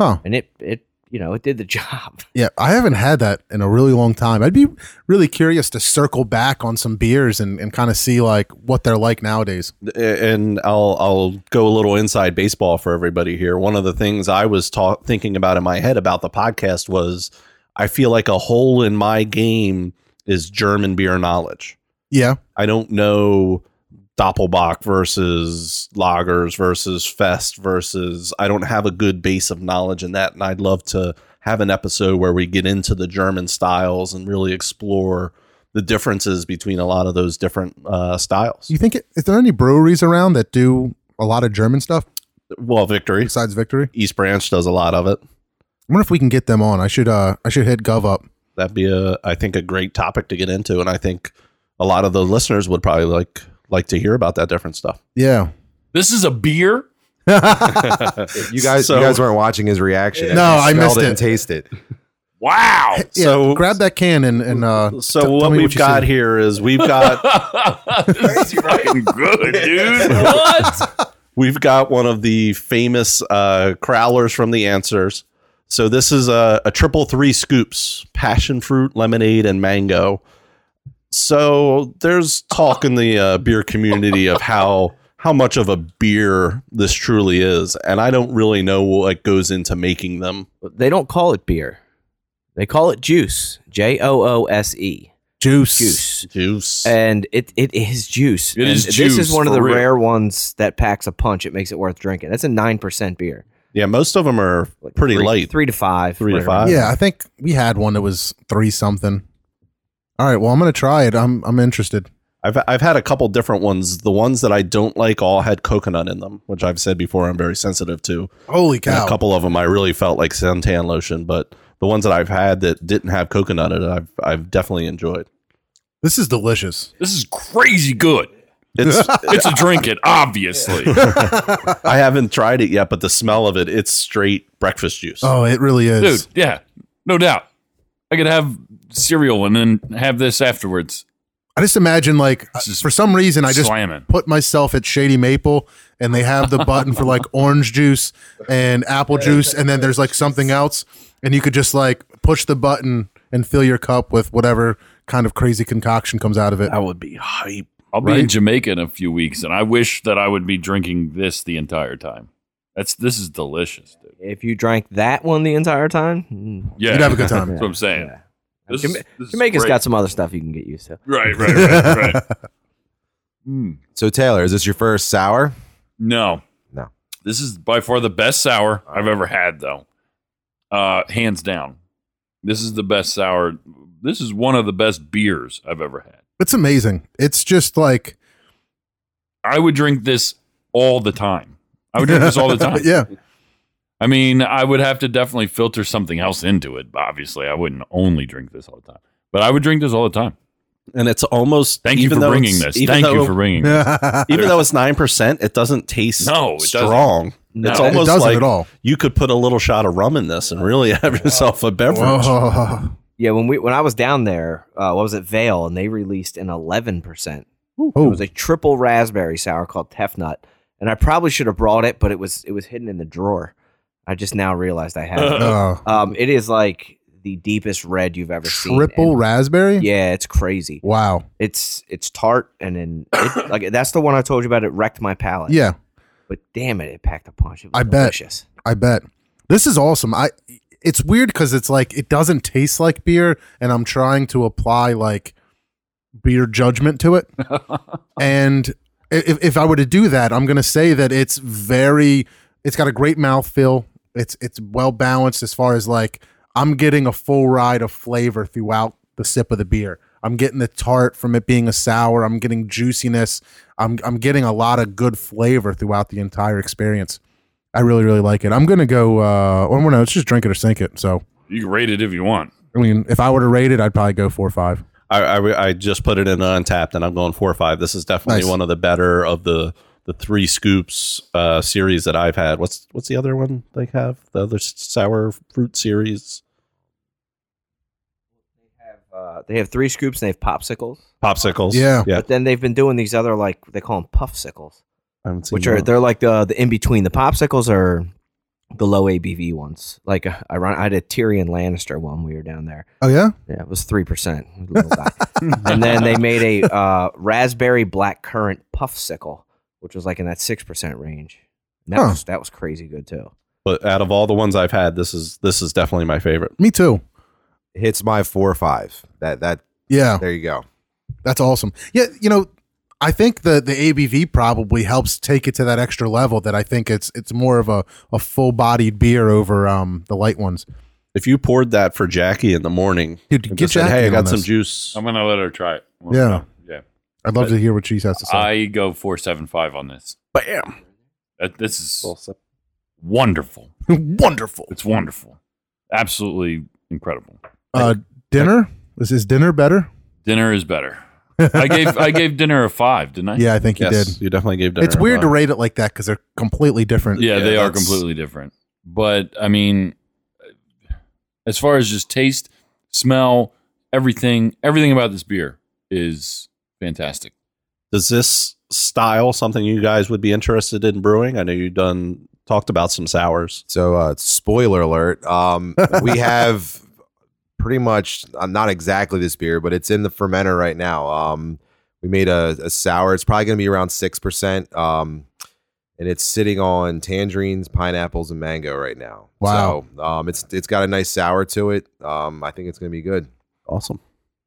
B: Huh.
D: And it it you know it did the job.
B: Yeah, I haven't had that in a really long time. I'd be really curious to circle back on some beers and, and kind of see like what they're like nowadays.
C: And I'll I'll go a little inside baseball for everybody here. One of the things I was ta- thinking about in my head about the podcast was I feel like a hole in my game is German beer knowledge.
B: Yeah.
C: I don't know Doppelbock versus Lagers versus Fest versus. I don't have a good base of knowledge in that, and I'd love to have an episode where we get into the German styles and really explore the differences between a lot of those different uh, styles.
B: Do you think it, is there any breweries around that do a lot of German stuff
C: Well, Victory
B: besides Victory?
C: East Branch does a lot of it.
B: I wonder if we can get them on. I should uh I should hit Gov up.
C: That'd be a, I think, a great topic to get into, and I think a lot of the listeners would probably like like to hear about that different stuff.
B: Yeah.
F: this is a beer.
E: You guys,
C: So-
E: you guys weren't watching his reaction.
B: No,
E: You
B: I
E: smelled
B: missed
E: And
B: it.
E: taste it.
F: Wow.
B: Yeah,
C: So-
B: grab that can and and uh,
C: So
B: t- tell
C: what
B: me
C: we've
B: you
C: got
B: see.
C: here is we've got
F: That's fucking good, dude. What?
C: we've got one of the famous uh, crowlers from the answers. So this is a, a triple three scoops: passion fruit, lemonade, and mango. So there's talk in the uh, beer community of how how much of a beer this truly is, and I don't really know what goes into making them.
D: They don't call it beer. They call it juice. J O O S E.
B: juice.
D: Juice.
C: Juice.
D: And it, it is juice.
F: It
D: And
F: is
D: This
F: juice,
D: is one of
F: for
D: the
F: real.
D: rare ones that packs a punch. It makes it worth drinking. That's a 9% beer.
C: yeah, most of them are
D: Like
C: pretty
D: three-
C: light.
D: Three to five.
C: Three to
D: right around
C: five.
B: Yeah, I think we had one that was three something. All right, well I'm gonna try it. I'm I'm interested.
C: I've I've had a couple different ones. The ones that I don't like all had coconut in them, which I've said before I'm very sensitive to.
B: Holy
C: And
B: cow!
C: a couple of them I really felt like suntan lotion, but the ones that I've had that didn't have coconut in it, I've I've definitely enjoyed.
B: This is delicious.
F: This is crazy good.
C: It's
F: It's a drink it, obviously.
C: I haven't tried it yet, but the smell of it, it's straight breakfast juice.
B: Oh, it really
F: Dude,
B: is.
F: yeah. No doubt. I could have cereal and then have this afterwards.
B: I just imagine like
F: This is
B: for some reason I just
F: Slamming.
B: put myself at Shady Maple and they have the button for like orange juice and apple juice and then there's like something else and you could just like push the button and fill your cup with whatever kind of crazy concoction comes out of it.
C: That would be hype.
F: I'll be in
B: Right?
F: Jamaica in a few weeks, and I wish that I would be drinking this the entire time. That's this is delicious, dude.
D: there. If you drank that one the entire time, mm,
F: Yeah,
B: You'd have a good time.
F: That's what I'm saying.
D: yeah.
F: This
D: Jama-
F: is- this is
D: Jamaica's
F: great.
D: got some other stuff you can get used to.
F: right, right, right, right. Mm.
E: So Taylor, is this your first sour?
F: No.
E: No.
F: This is by far the best sour I've ever had, though. Uh, hands down. This is the best sour. This is one of the best beers I've ever had.
B: It's amazing. It's just like
F: I would drink this all the time. I would drink this all the time.
B: yeah.
F: I mean, I would have to definitely filter something else into it. but Obviously, I wouldn't only drink this all the time, but I would drink this all the time.
C: And it's almost
F: Thank you
C: even
F: for
C: though
F: bringing
C: it's-
F: this.
C: even
F: Thank you
C: though-
F: for bringing this.
B: it
C: even though it's nine percent, it doesn't taste
F: No, it doesn't.
C: strong.
D: No.
C: It's
D: It
C: almost
B: doesn't
C: like
B: at all.
C: you could put a little shot of rum in this and really have yourself a beverage.
B: Whoa.
D: Yeah, when we when I was down there, uh, what was it, Vale, and they released an eleven percent. It
B: Oh,
D: was a triple raspberry sour called Tefnut, and I probably should have brought it, but it was it was hidden in the drawer. I just now realized I had it.
B: oh.
D: Um, it is like the deepest red you've ever seen.
B: triple
D: and-
B: raspberry?
D: Yeah, it's crazy.
B: Wow.
D: It's it's tart, and then it, like that's the one I told you about. It wrecked my palate.
B: Yeah,
D: but damn it, it packed a punch. It was
B: I bet.
D: delicious.
B: I bet. This is awesome. I it's weird cuz it's like it doesn't taste like beer and I'm trying to apply like beer judgment to it. and i- if if I were to do that, I'm going to say that it's very it's got a great mouthfeel. It's it's well balanced as far as like I'm getting a full ride of flavor throughout the sip of the beer. I'm getting the tart from it being a sour. I'm getting juiciness. I'm I'm getting a lot of good flavor throughout the entire experience. I really, really like it. I'm gonna go. Uh, or no, it's just drink it or sink it. So,
F: You can rate it if you want.
B: I mean, if I were to rate it, I'd probably go four or five.
C: I, I, I just put it in untapped and I'm going four or five. This is definitely
B: Nice.
C: one of the better of the the three scoops uh, series that I've had. What's what's the other one they have? The other s- sour fruit series,
D: Uh, they have three scoops and they have popsicles,
C: popsicles.
B: Yeah.
C: yeah.
D: but then they've been doing these other like they call them puffsicles.
C: I haven't seen
D: which are
C: one.
D: they're like the the in between. The popsicles are the low ABV ones. Like uh, I, run, I had a Tyrion Lannister one. We were down there.
B: Oh yeah.
D: Yeah, it was three percent. and then they made a uh, raspberry black currant puffsicle, which was like in that six percent range. And that
B: Huh.
D: was that was crazy good too.
C: But out of all the ones I've had, this is this is definitely my favorite.
B: Me too.
E: It hits my four or five. That that
B: Yeah,
E: there you go.
B: that's awesome. Yeah, you know, I think the the ABV probably helps take it to that extra level. That I think it's it's more of a a full bodied beer over um the light ones.
C: If you poured that for Jackie in the morning,
B: Dude,
C: and
B: get
C: just said,
B: Jackie
C: Hey, I
B: in
C: got
B: on
C: some
B: this."
C: juice.
F: I'm gonna let her try it. Well,
B: Yeah.
F: yeah.
B: I'd love to hear what she has to say.
F: I go four seven five on this.
C: Bam.
F: That, this is wonderful.
B: Wonderful.
F: It's wonderful. Absolutely incredible.
B: Uh, dinner is is dinner better?
F: Dinner is better. I gave I gave dinner a five, didn't I?
B: Yeah, I think you
C: Yes,
B: did.
C: you definitely gave dinner. uh,
B: It's
C: a
B: weird to
C: bun.
B: rate it like that because they're completely different.
F: Yeah,
C: Yeah,
F: they are
C: that's-
F: completely different. But I mean, as far as just taste, smell, everything, everything about this beer is fantastic.
C: Does this style something you guys would be interested in brewing? I know you done talked about some sours.
E: So, uh, spoiler alert: um, we have pretty much uh, not exactly this beer, but it's in the fermenter right now. Um, we made a, a sour. It's probably going to be around six percent, um, and it's sitting on tangerines, pineapples, and mango right now.
B: Wow.
E: So, um, it's it's got a nice sour to it. Um, I think it's going to be good.
C: Awesome.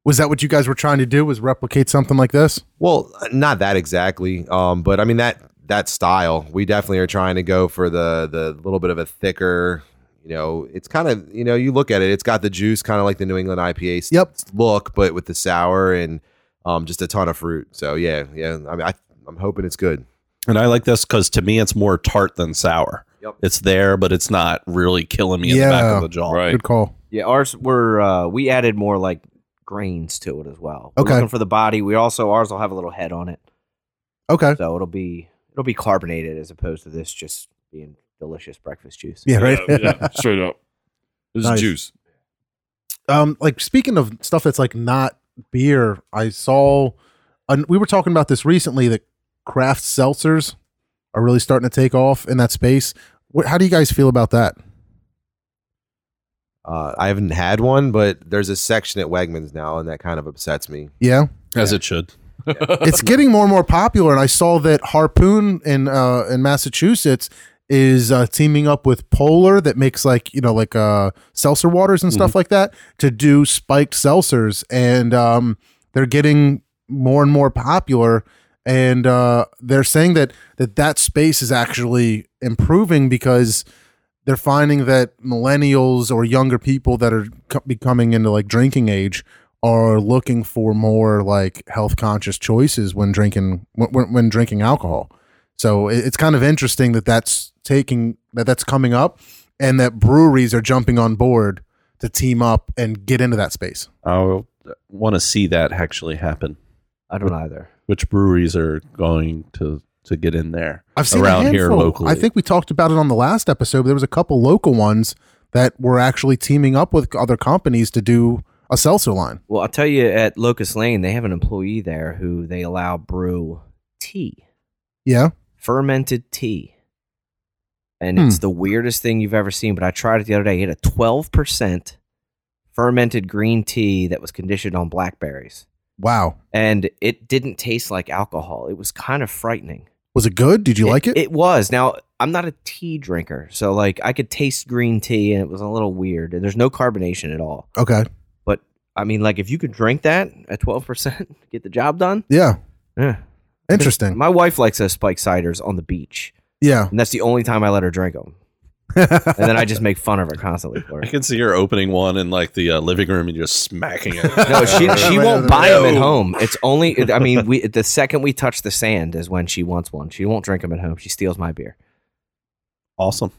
B: Was that what you guys were trying to do? Was replicate something like this?
E: Well, not that exactly, um, but I mean that that style. We definitely are trying to go for the the little bit of a thicker. You know, it's kind of you know you look at it. It's got the juice, kind of like the New England IPA s-
B: Yep.
E: look, but with the sour and um, just a ton of fruit. So yeah, yeah. I mean, I, I'm hoping it's good.
C: And I like this because to me it's more tart than sour.
E: Yep.
C: It's there, but it's not really killing me in the back
B: Yeah.
C: of the jaw.
F: Right.
B: Good call.
D: Yeah, ours were uh, we added more like grains to it as well. We're
B: Okay.
D: looking for the body. We also ours will have a little head on it,
B: Okay.
D: so it'll be it'll be carbonated as opposed to this just being delicious breakfast juice.
B: Yeah. Right.
F: Yeah, yeah, straight up. This
B: Nice.
F: is juice.
B: um like speaking of stuff that's like not beer i saw and we were talking about this recently that craft seltzers are really starting to take off in that space what, how do you guys feel about that
E: Uh, I haven't had one, but there's a section at Wegmans now, and that kind of upsets me.
B: yeah
C: As it should.
B: it's getting more and more popular and i saw that harpoon in uh in massachusetts is uh, teaming up with polar that makes like you know like uh seltzer waters and stuff like that to do spiked seltzers and um they're getting more and more popular and uh they're saying that that that space is actually improving because they're finding that millennials or younger people that are co- becoming into like drinking age are looking for more like health conscious choices when drinking when- when, when drinking alcohol. So it- it's kind of interesting that that's taking that that's coming up and that breweries are jumping on board to team up and get into that space.
C: I want to see that actually happen.
D: I don't either.
C: Which breweries are going to to get in there?
B: I've seen
C: around
B: a
C: here
B: handful.
C: locally.
B: I think we talked about it on the last episode. But there was a couple local ones that were actually teaming up with other companies to do a seltzer line.
D: Well, I'll tell you at Locust Lane they have an employee there who they allow brew tea,
B: Yeah.
D: fermented tea. And
B: Hmm.
D: it's the weirdest thing you've ever seen, but I tried it the other day. It had a 12% fermented green tea that was conditioned on blackberries.
B: Wow.
D: and it didn't taste like alcohol. It was kind of frightening.
B: Was it good? Did you like it?
D: It was. Now, I'm not a tea drinker, so like I could taste green tea and it was a little weird. And there's no carbonation at all.
B: Okay.
D: But I mean, like if you could drink that at 12%, get the job done.
B: Yeah.
D: Yeah.
B: Interesting.
D: My wife likes those spiked ciders on the beach,
B: Yeah.
D: and that's the only time I let her drink them. And then I just make fun of her constantly for
C: I
D: it.
C: can see her opening one in like the uh, living room and just smacking it.
D: No, she she
B: Right
D: won't
B: over
D: buy them at
C: No.
D: home. It's only I mean, we the second we touch the sand is when she wants one. She won't drink them at home. She steals my beer.
C: awesome.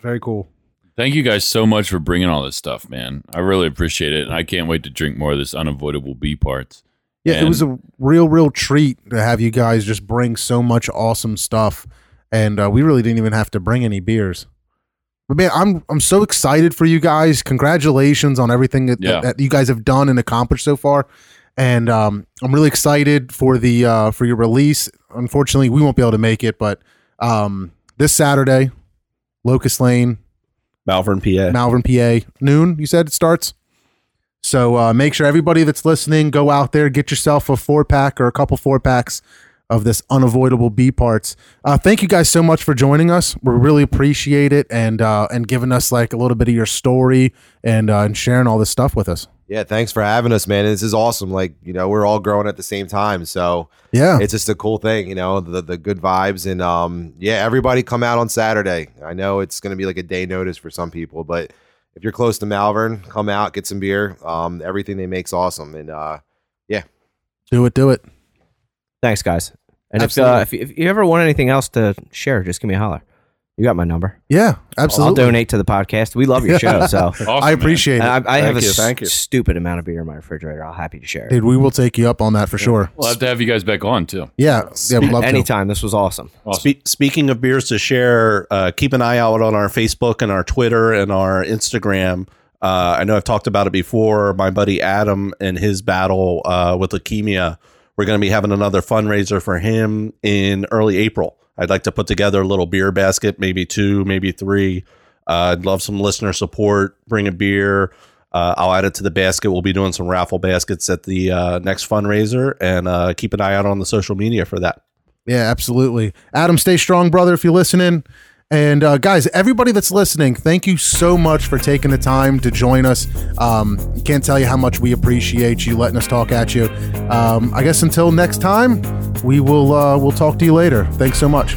B: Very cool.
F: Thank you guys so much for bringing all this stuff, man. I really appreciate it, and I can't wait to drink more of this unavoidable B parts.
B: Yeah, it
F: And-
B: was a real, real treat to have you guys just bring so much awesome stuff, and uh, we really didn't even have to bring any beers. But man, I'm I'm so excited for you guys. Congratulations on everything that,
F: Yeah.
B: that you guys have done and accomplished so far, and um, I'm really excited for the uh, for your release. Unfortunately, we won't be able to make it, but um, this Saturday, Locust Lane,
C: Malvern, PA.
B: Malvern, PA, noon. You said it starts. So uh, make sure everybody that's listening go out there, get yourself a four pack or a couple four packs of this unavoidable B parts. Uh, thank you guys so much for joining us. We really appreciate it and uh, and giving us like a little bit of your story and uh, and sharing all this stuff with us.
E: Yeah, thanks for having us, man. This is awesome. Like you know, we're all growing at the same time, so
B: Yeah,
E: it's just a cool thing, you know, the the good vibes and um yeah, everybody come out on Saturday. I know it's going to be like a day notice for some people, but if you're close to Malvern, come out, get some beer. Um everything they make's awesome and uh
B: do it, do it.
D: Thanks, guys. And if,
B: Absolutely.
D: uh, if, you- if you ever want anything else to share, just give me a holler. You got my number.
B: Yeah, absolutely.
D: I'll donate to the podcast. We love your show, so
F: Awesome,
B: I
F: man.
B: appreciate
D: And I,
B: it,
D: I have a
C: Thank you,
D: s-
C: thank you.
D: stupid amount of beer in my refrigerator. I'll happy to share it
B: dude. We will take you up on that for sure.
F: We'll have to have you guys back on too.
B: Yeah, yeah, we'd love to.
D: anytime. This was awesome.
F: Awesome.
C: Spe- speaking of beers to share, uh, keep an eye out on our Facebook and our Twitter and our Instagram Uh, I know I've talked about it before. My buddy Adam and his battle uh, with leukemia. We're going to be having another fundraiser for him in early April. I'd like to put together a little beer basket, maybe two, maybe three. Uh, I'd love some listener support. Bring a beer. Uh, I'll add it to the basket. We'll be doing some raffle baskets at the uh, next fundraiser, and uh, keep an eye out on the social media for that.
B: Yeah, absolutely. Adam, stay strong, brother, if you're listening. And uh, guys, everybody that's listening, thank you so much for taking the time to join us. Um, can't tell you how much we appreciate you letting us talk at you. Um, I guess until next time, we will uh, we'll talk to you later. Thanks so much.